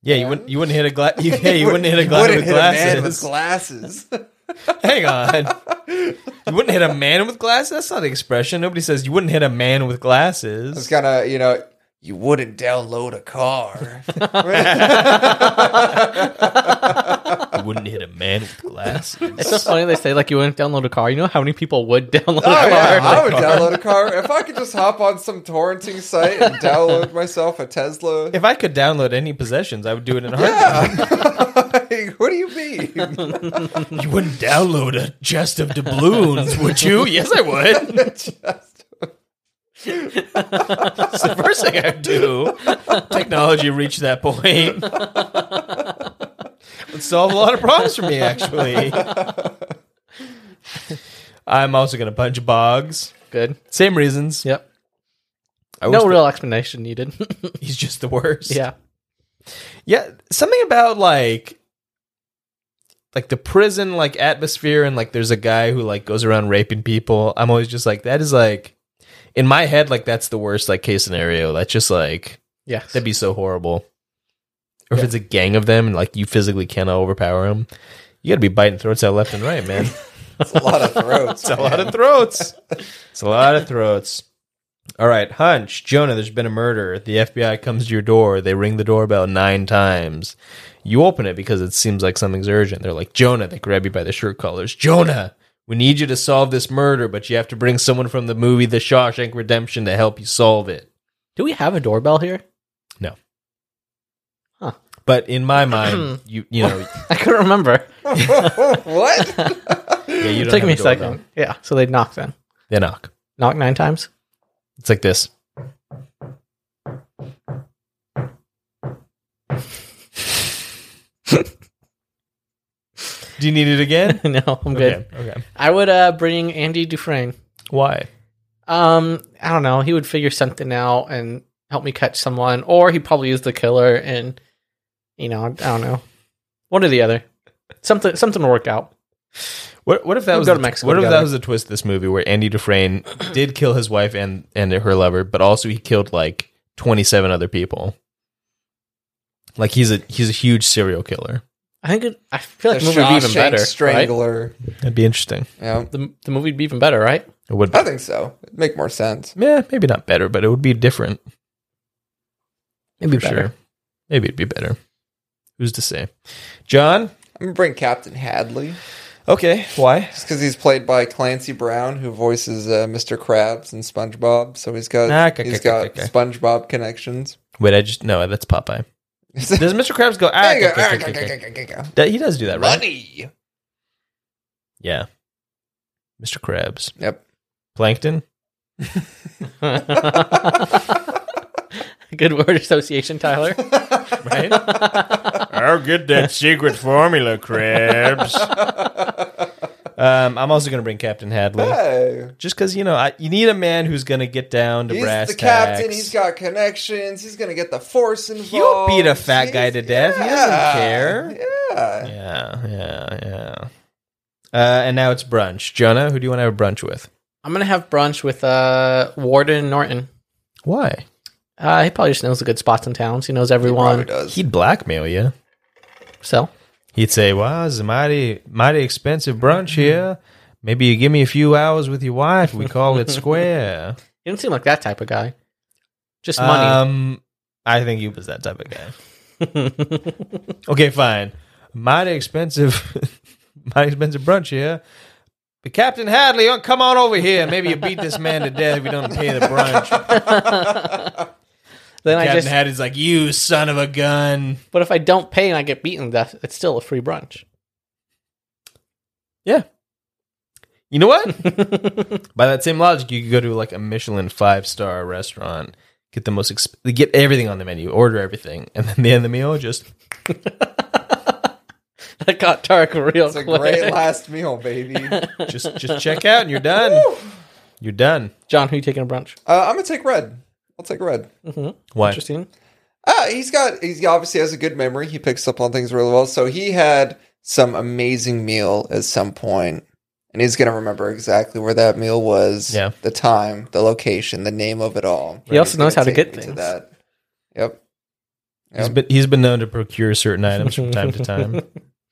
Speaker 2: yeah you wouldn't you wouldn't hit a glass you, yeah, you wouldn't hit a glass
Speaker 3: Wouldn't
Speaker 2: with
Speaker 3: hit a man with
Speaker 2: glasses
Speaker 3: glasses.
Speaker 2: hang on you wouldn't hit a man with glasses that's not an expression nobody says you wouldn't hit a man with
Speaker 3: it's
Speaker 2: glasses
Speaker 3: kind of, you know, you wouldn't download a car.
Speaker 2: you wouldn't hit a man with glasses
Speaker 1: It's so funny they say like you wouldn't download a car. You know how many people would download
Speaker 3: Oh,
Speaker 1: a car?
Speaker 3: yeah, I would download a car. If I could just hop on some torrenting site and download myself a Tesla.
Speaker 2: If I could download any possessions, I would do it in a heartbeat.
Speaker 3: like, what do you mean?
Speaker 2: You wouldn't download a chest of doubloons, would you? Yes, I would.
Speaker 3: Just-
Speaker 2: It's the first thing I would do. Technology reached that point. Would solve a lot of problems for me, actually. I'm also going to punch Boggs.
Speaker 1: Good.
Speaker 2: Same reasons.
Speaker 1: Yep.
Speaker 2: I wish
Speaker 1: No
Speaker 2: that-
Speaker 1: real explanation needed.
Speaker 2: He's just the worst.
Speaker 1: yeah.
Speaker 2: Yeah, something about like like the prison like atmosphere and like there's a guy who like goes around raping people. I'm always just like that is like in my head like that's the worst like case scenario. That's just like
Speaker 1: Yeah.
Speaker 2: That'd be so horrible. Or if it's a gang of them and like you physically cannot overpower them, you got to be biting throats out left and right, man.
Speaker 3: It's a lot of throats.
Speaker 2: it's a lot of throats. It's a lot of throats. All right, hunch, Jonah. There's been a murder. The FBI comes to your door. They ring the doorbell nine times. You open it because it seems like something's urgent. They're like, Jonah. They grab you by the shirt collars. Jonah, we need you to solve this murder, but you have to bring someone from the movie The Shawshank Redemption to help you solve it.
Speaker 1: Do we have a doorbell here?
Speaker 2: But in my mind, you you know,
Speaker 1: I couldn't remember.
Speaker 3: what?
Speaker 2: yeah,
Speaker 1: It took
Speaker 2: you don't have
Speaker 1: me a
Speaker 2: doorbell.
Speaker 1: second. Yeah. So they'd knock then.
Speaker 2: They knock.
Speaker 1: Knock nine times.
Speaker 2: It's like this. Do you need it again?
Speaker 1: no, I'm good.
Speaker 2: Okay. okay.
Speaker 1: I would uh bring Andy Dufresne.
Speaker 2: Why?
Speaker 1: Um, I don't know. He would figure something out and help me catch someone, or he probably is the killer, and you know, I don't know, one or the other. Something, something will work out.
Speaker 2: What, what if that
Speaker 1: We'll
Speaker 2: was
Speaker 1: go
Speaker 2: the
Speaker 1: to
Speaker 2: tw-
Speaker 1: Mexico
Speaker 2: what if that
Speaker 1: together.
Speaker 2: was the twist of this movie where Andy Dufresne did kill his wife and and her lover, but also he killed like twenty seven other people. Like he's a he's a huge serial killer.
Speaker 1: I think it, I feel
Speaker 3: The
Speaker 1: like the movie would be even
Speaker 3: Shawshank
Speaker 1: better. Right?
Speaker 3: Strangler.
Speaker 2: That'd be interesting.
Speaker 3: Yeah,
Speaker 1: The, the movie would be even better, right?
Speaker 2: It would.
Speaker 3: I think so. It'd make more sense.
Speaker 2: Yeah, maybe not better, but it would be different.
Speaker 1: It'd be
Speaker 2: for
Speaker 1: better.
Speaker 2: Sure. Maybe it'd be better. Who's to say? John?
Speaker 3: I'm gonna bring Captain Hadley
Speaker 2: Okay. Why?
Speaker 3: just because he's played by Clancy Brown, who voices uh, Mr. Krabs and SpongeBob. So he's got
Speaker 2: Ah, okay,
Speaker 3: he's
Speaker 2: okay,
Speaker 3: got
Speaker 2: okay, okay.
Speaker 3: SpongeBob connections.
Speaker 2: Wait, I just no, that's Popeye. Does Mr. Krabs go? Ah,
Speaker 3: There you go.
Speaker 2: okay, okay, okay, okay." That- He does do that, right?
Speaker 3: Money.
Speaker 2: Yeah. Mr. Krabs.
Speaker 3: Yep.
Speaker 2: Plankton?
Speaker 1: Good word association, Tyler.
Speaker 2: Right? I'll get that secret formula, Krabs. um, I'm also going to bring Captain Hadley.
Speaker 3: Ah. Hey,
Speaker 2: Just because, you know, I, you need a man who's going to get down to
Speaker 3: he's
Speaker 2: brass
Speaker 3: the captain.
Speaker 2: tacks.
Speaker 3: He's got connections. He's gonna get the force involved.
Speaker 2: He'll beat a fat
Speaker 3: He's-
Speaker 2: guy to death. He doesn't care.
Speaker 3: Yeah.
Speaker 2: Yeah, yeah, yeah. Uh, and now it's brunch. Jonah, who do you want to have brunch with?
Speaker 1: I'm gonna have brunch with uh Warden Norton.
Speaker 2: Why?
Speaker 1: Uh, he probably just knows the good spots in towns. He knows everyone.
Speaker 3: Probably does.
Speaker 2: He'd blackmail you.
Speaker 1: so
Speaker 2: He'd say, "Wow, it's a mighty, mighty expensive brunch
Speaker 1: Mm-hmm.
Speaker 2: here. Maybe you give me a few hours with your wife. We call it square."
Speaker 1: he didn't seem like that type of guy. Just money.
Speaker 2: Um, I think he was that type of guy. Okay, fine. Mighty expensive, mighty expensive brunch here. But Captain Hadley, oh, come on over here. Maybe you beat this man to death if you don't pay the brunch.
Speaker 1: then I
Speaker 2: Captain
Speaker 1: just
Speaker 2: Hadley's like, "You son of a gun."
Speaker 1: But if I don't pay and I get beaten, that it's still a free brunch.
Speaker 2: Yeah. You know what? By that same logic, you could go to like a Michelin five star restaurant, get the most, exp- get everything on the menu, order everything, and then the end of the meal just
Speaker 1: That got dark real
Speaker 3: It's a
Speaker 1: quick.
Speaker 3: great last meal, baby. Uh,
Speaker 2: just just check out and you're done. you're done.
Speaker 1: John, who you taking a brunch?
Speaker 3: I'm gonna take red. I'll take red.
Speaker 2: Why?
Speaker 1: Interesting.
Speaker 3: Ah, he's got. He obviously has a good memory. He picks up on things really well. So he had some amazing meal at some point, and he's gonna remember exactly where that meal was.
Speaker 2: Yeah.
Speaker 3: The time, the location, the name of it all.
Speaker 1: He also
Speaker 3: He's
Speaker 1: knows
Speaker 3: gonna
Speaker 1: how to
Speaker 3: take
Speaker 1: get
Speaker 3: me
Speaker 1: things.
Speaker 3: Yep.
Speaker 2: He's been he's been known to procure certain items from time to time.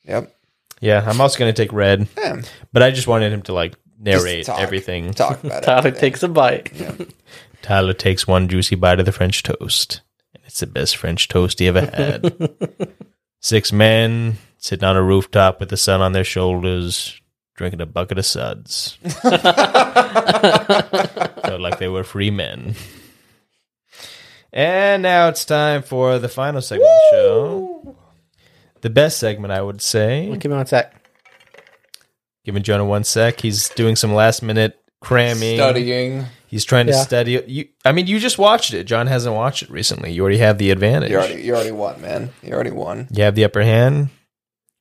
Speaker 3: Yep.
Speaker 2: Yeah, I'm also gonna take red,
Speaker 3: Yeah.
Speaker 2: but I just wanted him to like narrate
Speaker 3: talk.
Speaker 2: everything.
Speaker 3: Talk about it.
Speaker 1: Tyler takes a bite.
Speaker 2: Tyler takes one juicy bite of the French toast, and it's the best French toast he ever had. Six men sitting on a rooftop with the sun on their shoulders, drinking a bucket of suds. Felt like they were free men. And now it's time for the final segment of the show. The best segment, I would say.
Speaker 1: Give me one sec.
Speaker 2: Giving Jonah one sec. He's doing some last minute cramming.
Speaker 3: Studying.
Speaker 2: He's trying to
Speaker 1: Yeah.
Speaker 2: study. You, I mean, you just watched it. John hasn't watched it recently. You already have the advantage.
Speaker 3: You already, you already won, man. You already won.
Speaker 2: You have the upper hand.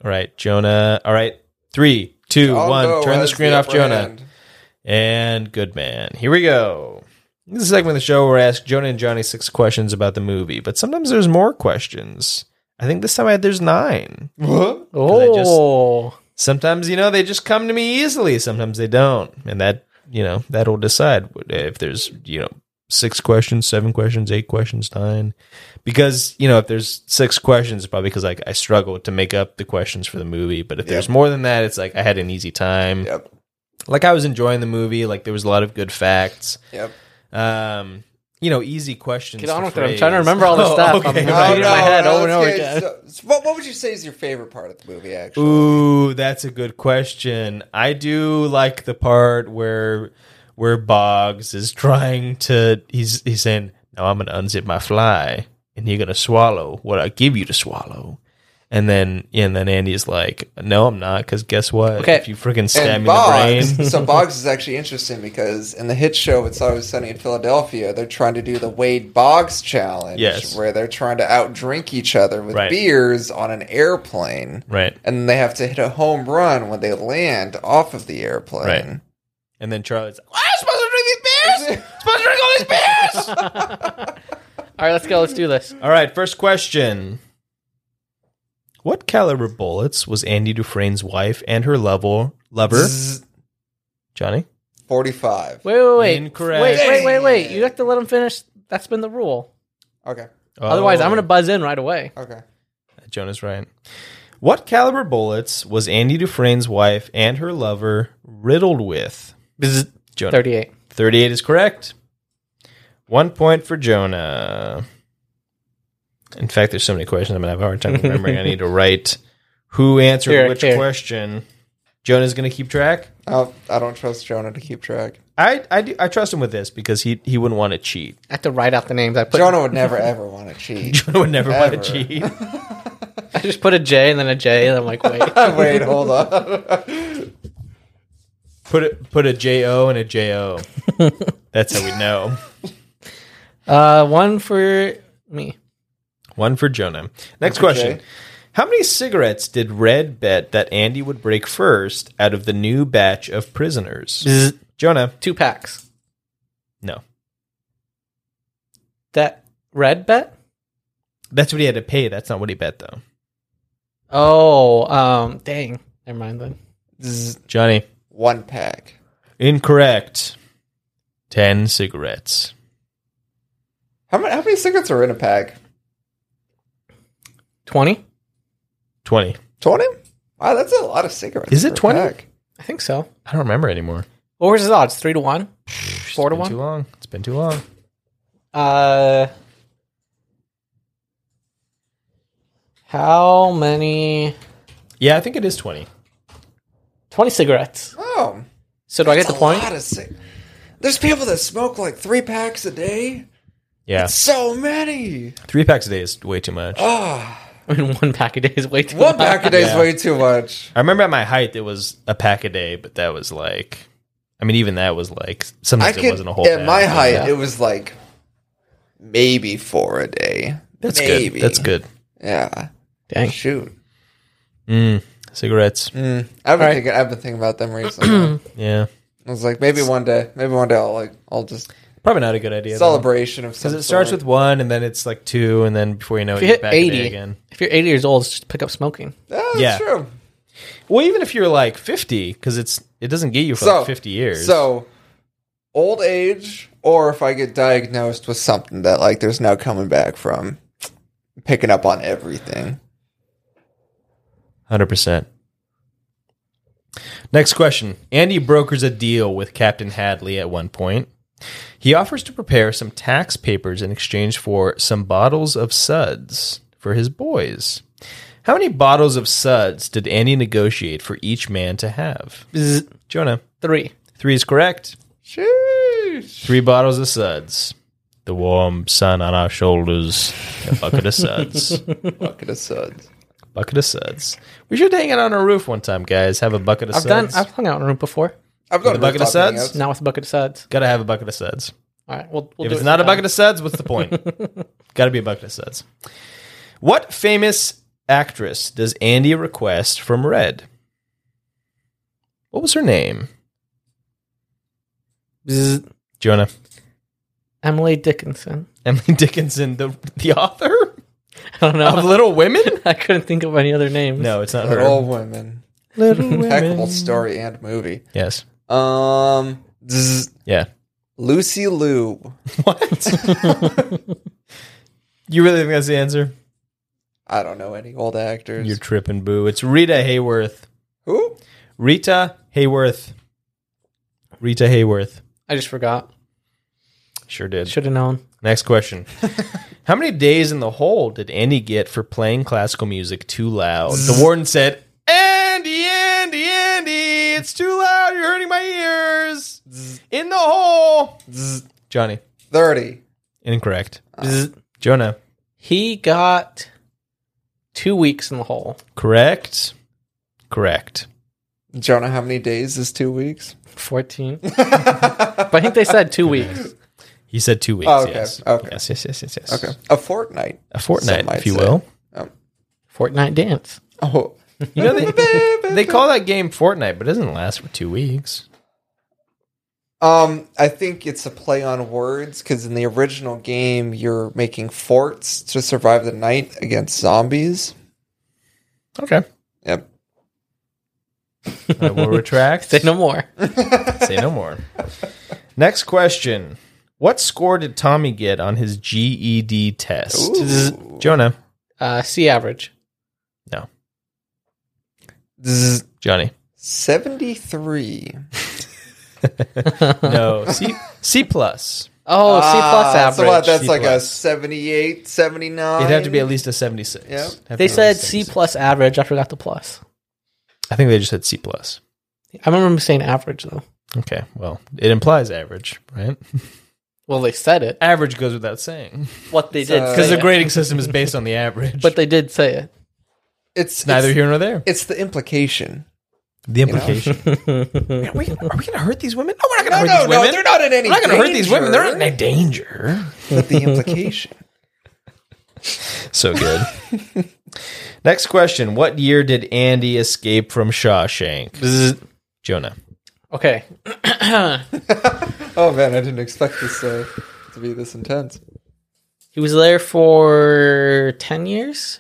Speaker 2: All right, Jonah. All right, three, two, one.
Speaker 3: I'll go
Speaker 2: Turn the
Speaker 3: as
Speaker 2: screen off,
Speaker 3: upper
Speaker 2: Jonah.
Speaker 3: hand.
Speaker 2: And good man. Here we go. This is a segment of the show where I ask Jonah and Johnny six questions about the movie, but sometimes there's more questions. I think this time I had there's nine.
Speaker 3: What?
Speaker 2: I just-
Speaker 1: Oh,
Speaker 2: Sometimes you know they just come to me easily. Sometimes they don't, and that you know that'll decide if there's you know six questions, seven questions, eight questions, nine. Because, you know, if there's six questions, it's probably because like I struggle to make up the questions for the movie. But if there's
Speaker 3: Yep.
Speaker 2: more than that, it's like I had an easy time.
Speaker 3: Yep.
Speaker 2: Like I was enjoying the movie, like there was a lot of good facts.
Speaker 3: Yep.
Speaker 2: Um, you know, easy questions.
Speaker 1: Get on with it. I'm
Speaker 2: phrase. Oh,
Speaker 1: trying to remember all this stuff. I'm
Speaker 2: okay.
Speaker 1: repeating Right.
Speaker 3: Oh,
Speaker 1: my head over and over
Speaker 3: let's get-
Speaker 1: again.
Speaker 3: so- so what, what would you say is your favorite part of the movie? Actually,
Speaker 2: Ooh, that's a good question. I do like the part where where Boggs is trying to he's he's saying, Now I'm gonna unzip my fly and you're gonna swallow what I give you to swallow. And then and then Andy's like, No, I'm not, because guess what?
Speaker 1: Okay.
Speaker 2: If you freaking stab
Speaker 3: and
Speaker 2: me in
Speaker 3: Boggs.
Speaker 2: the brain.
Speaker 3: so Boggs is actually interesting because in the hit show "It's Always Sunny in Philadelphia," they're trying to do the Wade Boggs challenge,
Speaker 2: Yes.
Speaker 3: where they're trying to outdrink each other with
Speaker 2: Right.
Speaker 3: beers on an airplane,
Speaker 2: Right.
Speaker 3: and they have to hit a home run when they land off of the airplane.
Speaker 2: And then Charlie's like, What am I supposed to drink these beers? I'm supposed to drink all these beers?
Speaker 1: All right, let's go. Let's do this.
Speaker 2: All right, first question. What caliber bullets was Andy Dufresne's wife and her lover, lover
Speaker 3: Zzz,
Speaker 2: Johnny?
Speaker 3: Forty-five.
Speaker 1: Wait, wait, wait.
Speaker 2: Incorrect.
Speaker 1: Wait, wait, wait, wait. You have to let him finish. That's been the rule.
Speaker 3: Okay.
Speaker 1: Otherwise, I'm
Speaker 2: Oh,
Speaker 1: going to buzz in right away.
Speaker 3: Okay.
Speaker 2: Jonah's right. What caliber bullets was Andy Dufresne's wife and her lover riddled with? Jonah.
Speaker 1: 38.
Speaker 2: 38 is correct. One point for Jonah. In fact, there's so many questions I'm going to have a hard time remembering. I need to write who answered
Speaker 1: Here,
Speaker 2: which
Speaker 1: here.
Speaker 2: question. Jonah's going to keep track.
Speaker 3: Oh, I don't trust Jonah to keep track.
Speaker 2: I I, do, I trust him with this because he he wouldn't want to cheat.
Speaker 1: I have to write out the names. I put.
Speaker 3: Jonah would never ever want to cheat.
Speaker 2: Jonah would never want to
Speaker 3: Ever.
Speaker 2: cheat.
Speaker 1: I just put a J and then a J, and I'm like, wait.
Speaker 3: Wait, hold on.
Speaker 2: Put it put a J O and a J O. That's how we know.
Speaker 1: Uh, one for me.
Speaker 2: One for Jonah. Next
Speaker 3: for Jay.
Speaker 2: question. How many cigarettes did Red bet that Andy would break first out of the new batch of prisoners? Jonah.
Speaker 1: Two packs.
Speaker 2: No.
Speaker 1: That red bet.
Speaker 2: That's what he had to pay. That's not what he bet though.
Speaker 1: Oh, um, dang. Never mind then.
Speaker 3: Zzz,
Speaker 2: Johnny.
Speaker 3: One pack.
Speaker 2: Incorrect. 10 cigarettes.
Speaker 3: How many, how many cigarettes are in a pack?
Speaker 1: Twenty.
Speaker 2: 20.
Speaker 3: 20? Wow, that's a lot of cigarettes.
Speaker 2: Is it
Speaker 3: for a
Speaker 2: 20?
Speaker 3: pack.
Speaker 1: I think so.
Speaker 2: I don't remember anymore.
Speaker 1: What was his odds? Three to one. Four to
Speaker 2: It's been too
Speaker 1: one.
Speaker 2: long. It's been too long.
Speaker 1: Uh, how many?
Speaker 2: Yeah, I think it is 20.
Speaker 1: Twenty cigarettes.
Speaker 3: Oh.
Speaker 1: So do I get
Speaker 3: That's
Speaker 1: the
Speaker 3: a
Speaker 1: point?
Speaker 3: lot of cig- There's people that smoke like three packs a day.
Speaker 2: Yeah.
Speaker 3: So many.
Speaker 2: Three packs a day is way too much.
Speaker 3: Ah,
Speaker 1: I mean, one pack a day is way too
Speaker 3: one
Speaker 1: much.
Speaker 3: pack a day is
Speaker 2: Yeah.
Speaker 3: way too much.
Speaker 2: I remember at my height it was a pack a day, but that was like, I mean, even that was like
Speaker 3: I
Speaker 2: sometimes it
Speaker 3: could,
Speaker 2: wasn't a whole.
Speaker 3: at
Speaker 2: pack.
Speaker 3: my height,
Speaker 1: Yeah.
Speaker 3: it was like maybe four a day.
Speaker 2: that's
Speaker 3: maybe.
Speaker 2: good. That's good.
Speaker 3: Yeah.
Speaker 1: Dang.
Speaker 3: Shoot.
Speaker 2: Mm, cigarettes.
Speaker 3: Mm. I've been
Speaker 1: Alright.
Speaker 3: thinking. I've been thinking about them recently.
Speaker 2: Yeah,
Speaker 3: I was like, maybe one day, maybe one day I'll like, I'll just
Speaker 2: probably not a good idea.
Speaker 3: celebration of
Speaker 2: because
Speaker 3: some
Speaker 2: it starts
Speaker 3: sort.
Speaker 2: with one, and then it's like two, and then before you know it,
Speaker 1: If you
Speaker 2: you're
Speaker 1: hit
Speaker 2: back a day
Speaker 1: eighty,
Speaker 2: again.
Speaker 1: if you're eighty years old, just pick up smoking.
Speaker 3: Ah, that's
Speaker 2: Yeah.
Speaker 3: true.
Speaker 2: Well, even if you're like fifty, because it's it doesn't get you for
Speaker 3: So
Speaker 2: like fifty years.
Speaker 3: So, old age, or if I get diagnosed with something that like there's no coming back from, picking up on everything.
Speaker 2: hundred percent. Next question. Andy brokers a deal with Captain Hadley at one point. He offers to prepare some tax papers in exchange for some bottles of suds for his boys. How many bottles of suds did Andy negotiate for each man to have?
Speaker 1: Bzz.
Speaker 2: Jonah,
Speaker 1: Three.
Speaker 2: three is correct.
Speaker 3: Sheesh.
Speaker 2: Three bottles of suds. The warm sun on our shoulders. A bucket of suds.
Speaker 3: Bucket of suds.
Speaker 2: bucket of suds. We should hang out on a roof one time, guys. Have a bucket of
Speaker 1: I've done.
Speaker 2: suds.
Speaker 1: I've hung out in a room before.
Speaker 3: I've got
Speaker 2: With a bucket of
Speaker 3: rooftop
Speaker 2: suds?
Speaker 3: hangouts.
Speaker 1: Now with a bucket of suds.
Speaker 2: Gotta have a bucket of suds.
Speaker 1: All right, we'll, we'll
Speaker 2: If
Speaker 1: do
Speaker 2: it's
Speaker 1: it
Speaker 2: not a
Speaker 1: sometime.
Speaker 2: bucket of suds, what's the point? Gotta be a bucket of suds. What famous actress does Andy request from Red? What was her name?
Speaker 1: Bzz.
Speaker 2: Jonah.
Speaker 1: Emily Dickinson.
Speaker 2: Emily Dickinson, the the author
Speaker 1: I don't know.
Speaker 2: of Little Women?
Speaker 1: I couldn't think of any other names.
Speaker 2: Oh. No, it's not
Speaker 3: They're
Speaker 2: her.
Speaker 3: all women.
Speaker 1: Little
Speaker 3: Impeccable story and movie.
Speaker 2: Yes.
Speaker 3: Um. zzz.
Speaker 2: Yeah.
Speaker 3: Lucy Liu.
Speaker 2: What? you really think that's the answer?
Speaker 3: I don't know any old actors.
Speaker 2: You're tripping, boo. It's Rita Hayworth.
Speaker 3: Who?
Speaker 2: Rita Hayworth. Rita Hayworth.
Speaker 1: I just forgot.
Speaker 2: Sure did.
Speaker 1: Should have known.
Speaker 2: Next question. How many days in the hole did Andy get for playing classical music too loud?
Speaker 3: Mm.
Speaker 2: The warden said, Andy, Andy, Andy, it's too loud. You're hurting my ears. In the hole. Johnny.
Speaker 3: 30.
Speaker 2: Incorrect.
Speaker 3: Uh.
Speaker 2: Jonah.
Speaker 1: He got two weeks in the hole.
Speaker 2: Correct. Correct.
Speaker 3: Jonah, how many days is two weeks?
Speaker 1: 14. but I think they said two weeks.
Speaker 2: He said two weeks.
Speaker 3: Oh, okay.
Speaker 2: Yes.
Speaker 3: Okay.
Speaker 2: yes. Yes, yes, yes, yes.
Speaker 3: Okay. A fortnight.
Speaker 2: A fortnight,
Speaker 3: Some might
Speaker 2: if you
Speaker 3: say.
Speaker 2: will.
Speaker 3: Um,
Speaker 1: Fortnite dance.
Speaker 3: oh.
Speaker 2: You know, they, they call that game Fortnite, but it doesn't last for two weeks.
Speaker 3: Um, I think it's a play on words because in the original game, you're making forts to survive the night against zombies.
Speaker 2: Okay.
Speaker 3: Yep.
Speaker 2: I will retract.
Speaker 1: Say no more.
Speaker 2: Say no more. Next question. What score did Tommy get on his GED test?
Speaker 3: Ooh.
Speaker 2: Jonah.
Speaker 1: Uh, C average.
Speaker 2: No.
Speaker 3: Zzz.
Speaker 2: Johnny.
Speaker 3: 73.
Speaker 2: No. C C plus.
Speaker 1: Oh, C plus
Speaker 3: Ah,
Speaker 1: average.
Speaker 3: so what, that's
Speaker 2: C
Speaker 3: like a
Speaker 2: plus.
Speaker 3: 78, 79.
Speaker 2: It'd have to be at least a seventy six.
Speaker 3: Yep.
Speaker 1: they said C plus average. I forgot the plus.
Speaker 2: I think they just said C plus.
Speaker 1: I remember them saying average though.
Speaker 2: Okay. Well, it implies average, right?
Speaker 1: Well, they said it.
Speaker 2: Average goes without saying.
Speaker 1: What they did
Speaker 3: So-
Speaker 2: Because
Speaker 1: because
Speaker 2: the
Speaker 1: they're great,
Speaker 2: grading system is based on the average.
Speaker 1: but they did say it.
Speaker 3: It's
Speaker 2: it's neither
Speaker 3: it's,
Speaker 2: here nor there.
Speaker 3: it's the implication.
Speaker 2: The
Speaker 3: know?
Speaker 2: implication. Man, we- are we gonna hurt these women? No, we're not
Speaker 3: No,
Speaker 2: gonna
Speaker 3: no,
Speaker 2: hurt these
Speaker 3: no,
Speaker 2: women.
Speaker 3: they're not in any
Speaker 2: We're not gonna hurt these women. They're not in
Speaker 3: danger,
Speaker 2: any danger.
Speaker 3: But the implication.
Speaker 2: So good. Next question. What year did Andy escape from Shawshank? Jonah.
Speaker 1: Okay.
Speaker 3: oh, man, I didn't expect this uh, to be this intense.
Speaker 1: He was there for 10 years,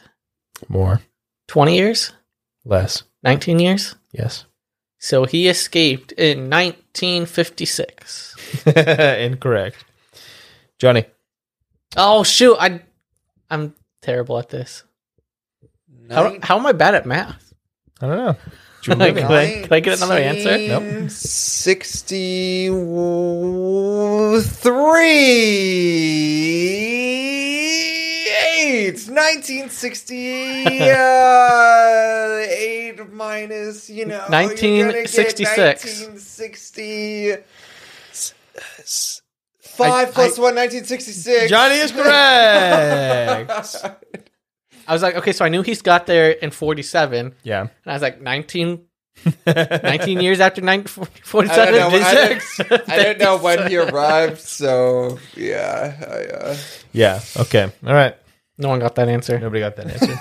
Speaker 2: More.
Speaker 1: 20 years,
Speaker 2: Less.
Speaker 1: 19 years.
Speaker 2: Yes.
Speaker 1: So he escaped in 1956.
Speaker 2: Incorrect. Johnny.
Speaker 1: Oh shoot, I I'm terrible at this. How, how am I bad at math?
Speaker 2: I don't know.
Speaker 1: Can I, can I get another answer?
Speaker 2: Nope.
Speaker 3: 1968. 1968 Uh, minus, you know,
Speaker 1: 1966.
Speaker 3: 1965
Speaker 1: I-
Speaker 3: plus 1, 1966.
Speaker 2: Johnny is correct.
Speaker 1: I was like, okay, so I knew he's got there in 47, and
Speaker 2: yeah.
Speaker 1: I was like 19, 19 years after 19,
Speaker 3: I
Speaker 1: 47.
Speaker 3: don't know. I
Speaker 1: did-
Speaker 3: didn't, I didn't know when he arrived, so yeah. I, uh,
Speaker 2: Yeah. Okay. All right.
Speaker 1: no one got that answer.
Speaker 2: Nobody got that answer.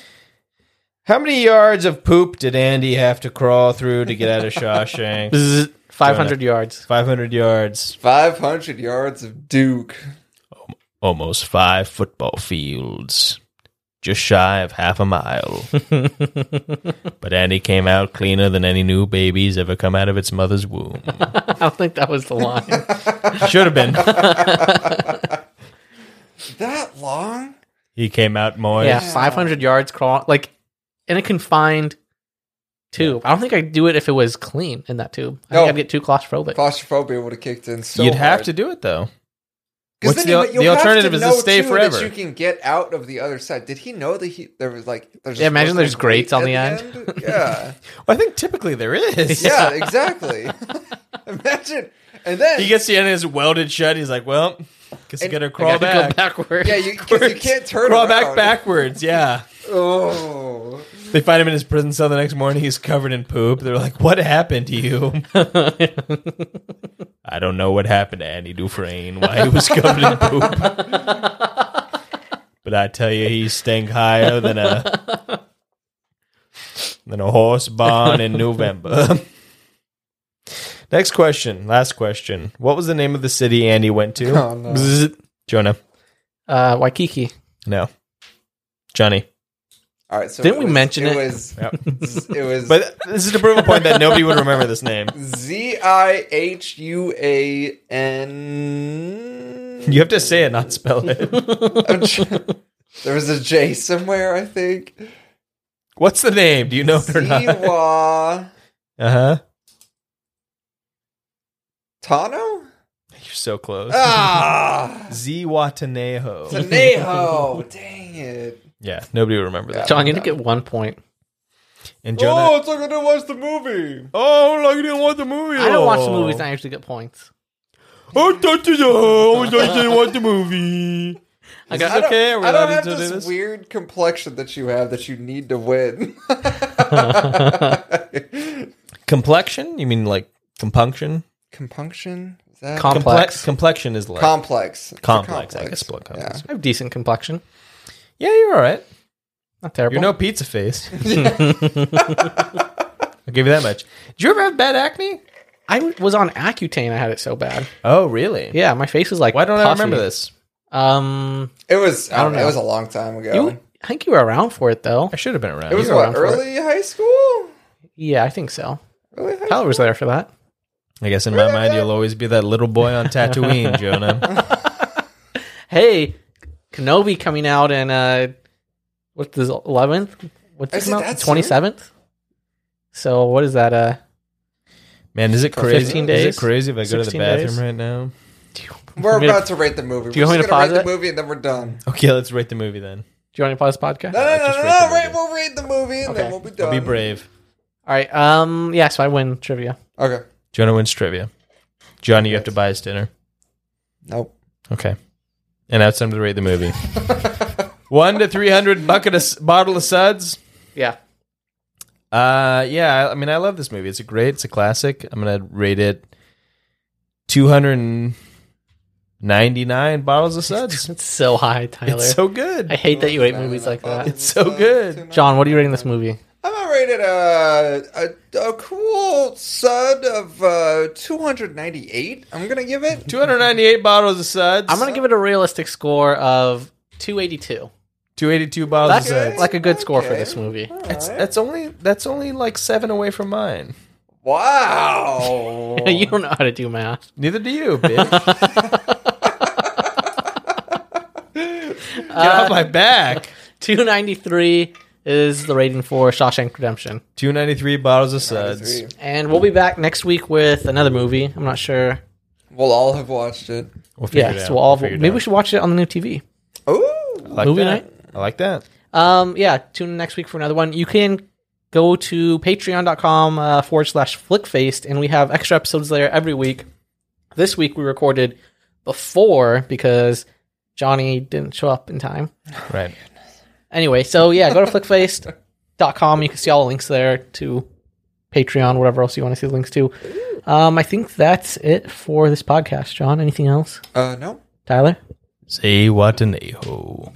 Speaker 2: How many yards of poop did Andy have to crawl through to get out of Shawshank?
Speaker 1: Bzz, 500 yards.
Speaker 2: 500 yards.
Speaker 3: 500 yards of Duke.
Speaker 2: almost five football fields, just shy of half a mile. but Andy came out cleaner than any new baby's ever come out of its mother's womb.
Speaker 1: I don't think that was the line.
Speaker 2: Should have been.
Speaker 3: That long?
Speaker 2: He came out moist.
Speaker 1: yeah, 500 yards crawl, like in a confined tube. I don't think I'd do it if it was clean in that tube. I
Speaker 3: No.
Speaker 1: think I'd get too claustrophobic.
Speaker 3: Claustrophobia would have kicked in so
Speaker 2: You'd have
Speaker 3: hard.
Speaker 2: to do it though.
Speaker 3: 'Cause
Speaker 2: What's
Speaker 3: then
Speaker 2: the-
Speaker 3: you- you'll
Speaker 2: the
Speaker 3: have
Speaker 2: alternative is to
Speaker 3: know,
Speaker 2: stay
Speaker 3: too,
Speaker 2: forever.
Speaker 3: That you can get out of the other side. Did he know that he there was like there's
Speaker 1: Yeah, imagine
Speaker 3: supposed
Speaker 1: there's
Speaker 3: to be a
Speaker 1: grates on the
Speaker 3: grate
Speaker 1: end.
Speaker 3: at Yeah,
Speaker 2: Well, I think typically there is.
Speaker 3: yeah, exactly. imagine, and then
Speaker 2: He gets the end is welded shut. He's like, well, guess I
Speaker 3: And-
Speaker 2: gotta
Speaker 1: I
Speaker 2: crawl
Speaker 1: gotta
Speaker 2: back.
Speaker 1: go backwards.
Speaker 3: yeah, you, 'cause you can't turn
Speaker 2: Crawl back
Speaker 3: around.
Speaker 2: backwards. Yeah.
Speaker 3: Oh,
Speaker 2: They find him in his prison cell the next morning. He's covered in poop. They're like, what happened to you? I don't know what happened to Andy Dufresne, why he was covered in poop. but I tell you, he stank higher than a than a horse barn in November. Next question, last question. What was the name of the city Andy went to?
Speaker 3: Oh, no.
Speaker 2: Bzzz. Jonah.
Speaker 1: Uh, Waikiki.
Speaker 2: No. Johnny.
Speaker 3: All right. So
Speaker 1: Didn't we
Speaker 3: was-
Speaker 1: mention it?
Speaker 3: Was, It was
Speaker 2: But this is to prove a point that nobody would remember this name.
Speaker 3: Z I H U A N.
Speaker 2: You have to say it, not spell it.
Speaker 3: I'm tr- there was a J somewhere, I think.
Speaker 2: What's the name? Do you know it or not?
Speaker 3: Ziwa
Speaker 2: Uh huh.
Speaker 3: Tano?
Speaker 2: You're so close.
Speaker 3: Ah!
Speaker 2: Z Wataneho.
Speaker 3: Tanejo! Dang it.
Speaker 2: Yeah, nobody would remember that.
Speaker 1: John, you need to get one point.
Speaker 2: And Jonah.
Speaker 3: Oh, it's like I didn't watch the movie.
Speaker 2: Oh, like you didn't watch the movie.
Speaker 1: I don't watch the movies and I actually get points.
Speaker 2: Oh, don't you know? I didn't watch the movie.
Speaker 1: I
Speaker 2: Is
Speaker 1: got
Speaker 2: that okay?
Speaker 3: I
Speaker 2: Are
Speaker 3: don't,
Speaker 2: we
Speaker 3: I don't
Speaker 2: allowed
Speaker 3: have
Speaker 2: to do
Speaker 3: this,
Speaker 2: this?
Speaker 3: weird complexion that you have that you need to win.
Speaker 2: Complexion? You mean like compunction?
Speaker 3: Compunction? Is that
Speaker 1: Com- Complex.
Speaker 2: Comple- complexion is like
Speaker 3: complex? It's a
Speaker 2: complex, I guess. blood complex.
Speaker 1: I have decent complexion.
Speaker 2: Yeah. you're all right.
Speaker 1: Not terrible.
Speaker 2: You're no pizza face. I'll give you that much. Did you ever have bad acne?
Speaker 1: I w- was on Accutane. I had it so bad.
Speaker 2: Oh, really?
Speaker 1: Yeah, my face was like.
Speaker 2: Why don't I
Speaker 1: puffy.
Speaker 2: remember this?
Speaker 1: Um,
Speaker 3: It was. I don't,
Speaker 1: don't
Speaker 3: know. It
Speaker 1: know.
Speaker 3: was a long time ago.
Speaker 1: you, I think you were around for it though.
Speaker 2: I should have been around.
Speaker 3: it was
Speaker 1: you were
Speaker 3: what
Speaker 1: around for it.
Speaker 3: early high school.
Speaker 1: Yeah, I think so.
Speaker 3: Early high
Speaker 1: Tyler was there for that.
Speaker 2: I guess in my mind, you'll always be that little boy on Tatooine, Jonah.
Speaker 1: Hey, Kenobi coming out in uh, what's this eleventh? What's
Speaker 3: Is
Speaker 1: this
Speaker 3: it
Speaker 1: out?
Speaker 3: that soon?
Speaker 1: Twenty seventh. So what is that? Uh,
Speaker 2: Man, is it
Speaker 3: For
Speaker 2: crazy?
Speaker 1: 15
Speaker 2: Is
Speaker 1: days?
Speaker 2: it crazy if I go to the
Speaker 1: 16
Speaker 2: bathroom
Speaker 1: days?
Speaker 2: right now?
Speaker 3: We're
Speaker 1: want me to-
Speaker 3: about to rate the movie.
Speaker 1: Do you
Speaker 3: We're
Speaker 1: want me
Speaker 3: just
Speaker 1: to
Speaker 3: gonna rate
Speaker 1: pause
Speaker 3: the
Speaker 1: it?
Speaker 3: movie and then we're done.
Speaker 2: Okay, let's rate the movie then.
Speaker 1: do you want to pause the podcast?
Speaker 3: No, no, no,
Speaker 2: just
Speaker 3: no,
Speaker 2: rate the
Speaker 3: no. Rate,
Speaker 2: movie.
Speaker 3: we'll rate the movie and then
Speaker 1: Okay.
Speaker 3: we'll be done.
Speaker 2: I'll be brave.
Speaker 1: All right. Um. Yeah. So I win trivia.
Speaker 3: Okay.
Speaker 2: Jonah wins trivia. Johnny, you have to buy us dinner.
Speaker 3: Nope.
Speaker 2: Okay. And now it's time to rate the movie. One to three hundred bucket of s- bottle of suds.
Speaker 1: Yeah.
Speaker 2: Uh, yeah. I I mean, I love this movie. It's a great. It's a classic. I'm gonna rate it two hundred ninety nine bottles of suds.
Speaker 1: It's so high, Tyler.
Speaker 2: It's so good.
Speaker 1: I hate that you hate movies like that.
Speaker 2: It's so good.
Speaker 1: John, what are you rating this movie?
Speaker 3: I'm gonna rate it a a, a cool sud of uh, 298. I'm gonna give it.
Speaker 2: Two hundred ninety eight bottles of suds.
Speaker 1: I'm gonna give it a realistic score of 282.
Speaker 2: two eighty two bottles
Speaker 1: That's
Speaker 2: of suds.
Speaker 1: like a good score for
Speaker 3: Okay.
Speaker 1: this movie.
Speaker 2: That's, that's only that's only like seven away from mine.
Speaker 3: Wow.
Speaker 1: you don't know how to do math.
Speaker 2: Neither do you, bitch. Get
Speaker 1: Uh,
Speaker 2: off my back.
Speaker 1: 293 is the rating for Shawshank Redemption.
Speaker 2: Two ninety three bottles of suds.
Speaker 3: Three.
Speaker 1: And we'll be back next week with another movie. I'm not sure.
Speaker 3: We'll all have watched it.
Speaker 2: We'll figure
Speaker 1: Yeah,
Speaker 2: it out.
Speaker 1: so we'll all
Speaker 2: figure it
Speaker 1: maybe
Speaker 2: out.
Speaker 1: we should watch it on the new TV.
Speaker 3: Ooh.
Speaker 2: I like
Speaker 1: movie
Speaker 2: that.
Speaker 1: night.
Speaker 2: I like that.
Speaker 1: Um, yeah, tune in next week for another one. You can go to patreon.com uh, forward slash flickfaced, and we have extra episodes there every week. This week we recorded before because Johnny didn't show up in time.
Speaker 2: Right.
Speaker 1: Anyway, so yeah, go to flickfaced.com. You can see all the links there to Patreon, whatever else you want to see the links to. Um, I think that's it for this podcast, John. Anything else?
Speaker 3: Uh, no.
Speaker 1: Tyler?
Speaker 2: Say what an a hole.